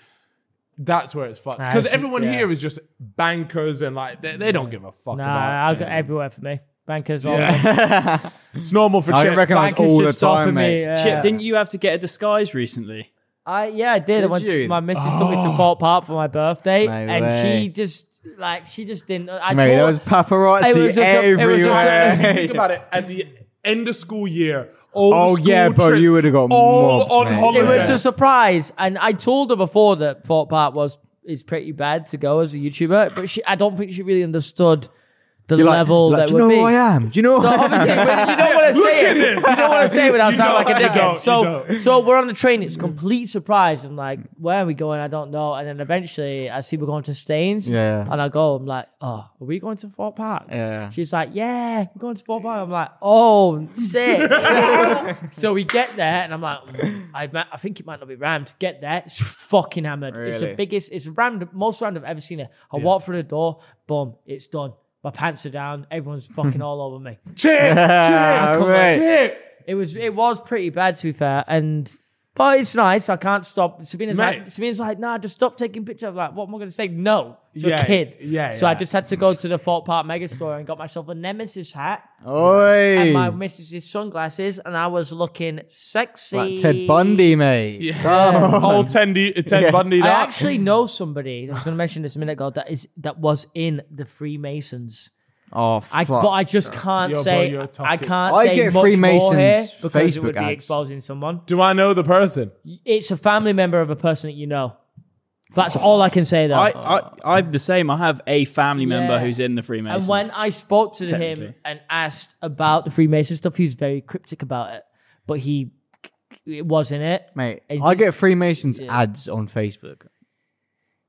that's where it's fucked.
Nah,
Because
it's-
everyone
yeah.
here is just bankers and like they, they don't give a fuck
Nah,
about.
I'll go
um,
everywhere for me. Bankers all.
Yeah. It's normal for
<laughs> I
Czech
recognise
bankers.
Bankers
all the
just
time,
stopping
mate.
me. uh, Yeah.
Chip, didn't you have to get a disguise recently?
I yeah, I did.
Did
Once
you? Oh.
my missus took me to Fort Park for my birthday,
No
and
way.
she just like she just didn't. I
Mate, there
saw,
was paparazzi
It was just a- it was just a-
And if you
everywhere. <laughs>
think about it at the end of school year. All the
Oh,
school
yeah, bro,
trips,
you would've got
all
mobbed,
on
mate.
holiday.
it was
Yeah.
a surprise, and I told her before that Fort Park was is pretty bad to go as a YouTuber, but she I don't think she really understood the
You're like-
level
like,
that
do you know
would
who
be.
I am? Do you
<laughs>
know?
So obviously, when you don't want to
Look
say
at
it.
this.
You don't want to say it without
You
sounding
don't,
like a
you don't,
dickhead.
you
So,
don't.
so we're on the train. It's complete surprise. I'm like, where are we going? I don't know. And then eventually, I see we're going to Staines.
Yeah.
And I go. I'm like, oh, are we going to Fort Park?
Yeah.
She's like, yeah, we're going to Fort Park. I'm like, oh, sick.
<laughs>
so we get there, and I'm like, mm, I, ma- I think it might not be rammed. Get there, it's fucking hammered. It's the
Really?
biggest, it's rammed, most rammed I've ever seen it. I walk through the door, boom, it's done. My pants are down. Everyone's
<laughs>
fucking all over me.
Chip, chip,
Yeah,
come on,
mate.
chip.
It was it was pretty bad to be fair, and but it's nice. I can't stop. Sabina's
Mate.
like, Sabina's like, nah, just stop taking pictures. I'm like, what am I going to say? No to
Yeah,
a kid.
yeah,
So I
yeah.
just had to go to the Fort Park Mega Store and got myself a Nemesis hat
Oi.
<laughs> and my missus's sunglasses, and I was looking sexy.
Like Ted Bundy, mate.
Old Ted, Um, Ted
Oh. Yeah.
Bundy.
I
that.
actually know somebody. I was going to mention this a minute ago. That is that was in the Freemasons.
Oh, fuck.
I, but I just can't
Yo, bro,
say.
you're a tough
I
kid.
can't
I
say
get
much
Freemasons
more here because it would
Facebook
be
ads.
exposing someone.
Do I know the person?
It's a family member of a person that you know. That's all I can
Oh.
say. Though.
I, I, I'm the same. I have a family member
Yeah.
who's in the Freemasons.
and when I spoke to him
Technically.
and asked about the Freemason stuff, he was very cryptic about it. But he, it wasn't it.
mate,
It
I get
just-
Freemasons ads on Facebook.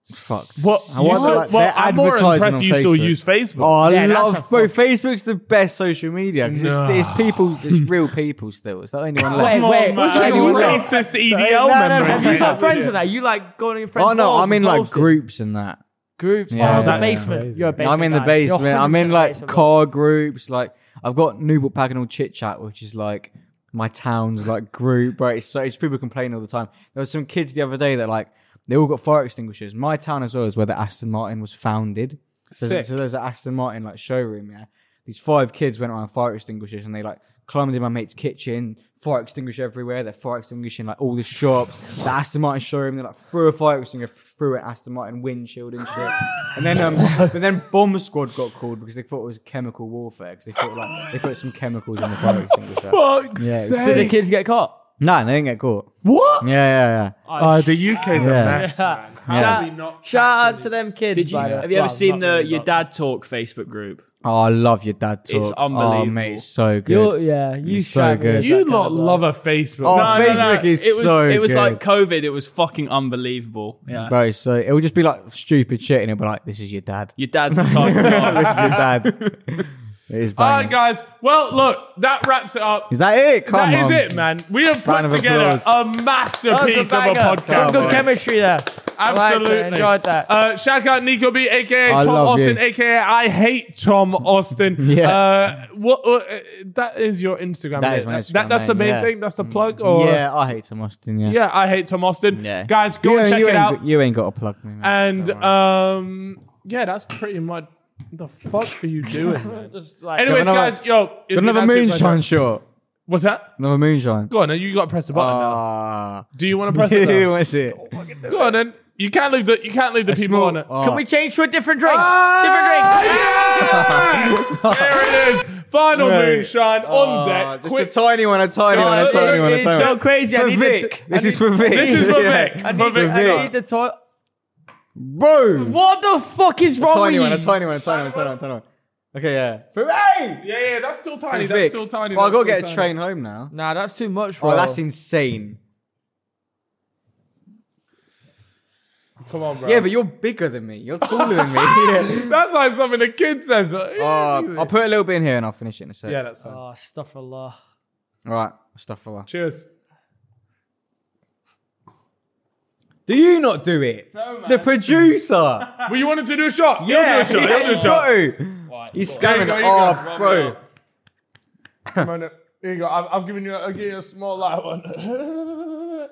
It's fucked.
What?
I
you
want
still-
that-
well,
they're
I'm more
advertising
impressed
on
you still
Facebook.
use
Oh,
Facebook.
I
Yeah, that's a
love bro, Facebook's the best social media because it's, it's people, it's real people still. It's the only one left.
<laughs> Wait,
Come on,
wait,
man.
what's that?
You
You got-
racist
No,
EDL
no,
member.
no,
is
no,
you?
You got friends in that. You like going on your friends.
oh no,
walls
I'm
and
in like
posting.
groups and that.
groups.
Yeah.
oh, the
That's
basement.
crazy.
You're a basement
I'm in the
guy. You're
basement. I'm in
100%
like
basement.
car groups. Like I've got Newport Paganal Chit Chat, which is like my town's like group, right? It's so it's people complain all the time. There was some kids the other day that like they all got fire extinguishers. My town as well is where the Aston Martin was founded. So there's,
Sick.
so there's an Aston Martin like showroom, yeah. These five kids went around fire extinguishers and they like climbed in my mate's kitchen, fire extinguisher everywhere, they're fire extinguishing like all the shops, the Aston Martin showroom, they like threw a fire extinguisher through an Aston Martin windshield and shit. and then um and then bomb squad got called because they thought it was chemical warfare because they thought like they put some chemicals in the fire extinguisher.
Fuck's
Yeah, it was
sake.
Did the kids get caught?
Nah, they didn't get caught.
What?
Yeah, yeah, yeah.
Oh, the UK's a mess.
Yeah.
How
Shout,
do we not
shout
catch
out to them kids.
Did you,
by the way.
have you ever
Well,
seen
not
the
really,
your
but-
dad talk Facebook group?
Oh, I love your dad talk.
It's
Oh,
unbelievable.
mate, it's so good.
You're, yeah, you
It's so
shag me
good.
as
You
that kind
lot
of bloke.
love a Facebook.
Oh,
No, no, no.
Facebook is
it was
so
it was
good.
like COVID. It was fucking unbelievable. Yeah,
Bro, so it would just be like stupid shit, and it'll be like, "This is your dad.
your dad's the
<laughs>
type. of guy.
Oh, this is your dad." it is
All right,
banging.
guys. Well, look, that wraps it up.
Is that it? Come
That is
on.
it, man. We have put
Round of
together a
That was
masterpiece of a
banger. Some
podcast.
good chemistry there. I liked it.
Absolutely.
enjoyed that.
Uh, shout out Nico B, aka
I
Tom
love
Austin,
you.
aka I hate Tom Austin.
<laughs> Yeah.
Uh, what? what, uh, that is your Instagram.
That
name.
is my Instagram
That, that's the
name,
main
yeah.
thing. That's the plug. Or
Yeah, I hate Tom Austin. Yeah.
Yeah, I hate Tom Austin.
Yeah.
Guys, go
you,
and
ain't-
check
you
it
ain't
out.
got- You ain't got to plug me, man.
and uh, um, yeah, that's pretty much the fuck are you doing?
<laughs>
man?
Just like,
Anyways,
another-
guys, yo, it's been
another
absolute
moonshine
pleasure.
shot.
What's that?
Another moonshine.
Go on, then. You got to press the button now.
Ah.
Do you want to press
<laughs>
it?
You
now?
want to see it?
Go on, then. You can't leave the you can't leave the people
small-
on it.
oh.
can we change to a different drink?
Ah!
Ah,
Yes! <laughs> there it is. Final
Right. Ah,
moonshine on deck.
just
Quick.
a tiny one, a tiny
No,
one, a
look,
tiny
look,
one, a
it's
tiny
so
one.
crazy. I
For
need
Vic.
to- I
this
need-
is for Vic.
This is for
Yeah.
Vic.
different
For
drink.
Vic.
I need, I need the toilet.
Bro.
What the fuck is wrong
Tiny
with
one,
you?
a tiny one, a tiny one, a tiny one, a tiny one. Okay, yeah. For hey!
Yeah, yeah, that's still tiny.
For
That's
Vic.
still tiny.
Well, I
that's
gotta
still
get a
tiny.
train home now.
Nah, that's too much, bro.
Oh, that's insane.
Come on, bro.
Yeah, but you're bigger than me. You're taller <laughs> than me. Yeah.
that's like something a kid says.
Uh, I'll put a little bit in here and I'll finish it in a sec.
yeah, that's fine.
Oh, stuff a lot.
All right, stuff for that.
Cheers.
Do you not do it? The <laughs> producer.
Well, you wanted to do a shot.
yeah,
You'll do a shot.
yeah,
You'll do a
<laughs> you
shot.
got to. He's
There you go,
scamming.
there you
Oh,
go.
bro.
Come on, here you go. I've, I've given you. I'll give you a small light one. <laughs>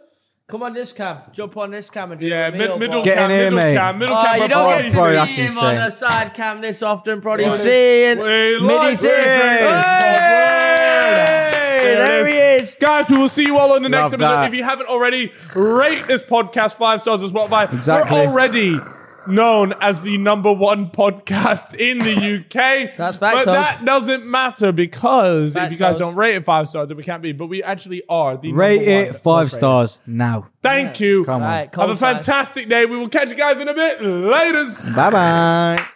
Come on this cam. Jump on this cam and do
yeah,
it with me,
mid,
old
middle
boy.
Get
cam,
in here,
middle
mate. Ah,
cam, middle
Oh,
cam.
you
but
don't
boy,
get to
bro,
see
that's
him
insane.
on the side cam this often, bro. He's
Right.
seeing
We
mid
like
seeing. Hey,
There it
there
is.
he is.
Guys, we will see you all on the next
Love
episode.
that.
If you haven't already, rate this podcast five stars on Spotify.
Exactly.
We're already known as the number one podcast in the
<laughs>
UK.
That's
But
factos.
that doesn't matter because if you guys
Factos.
don't rate it five stars, then we can't be. But we actually are the
Rate
number one
it five
most rated.
stars now.
Thank you.
Come on.
All right,
Have a
cold side.
fantastic day. We will catch you guys in a bit. Laters.
Bye bye.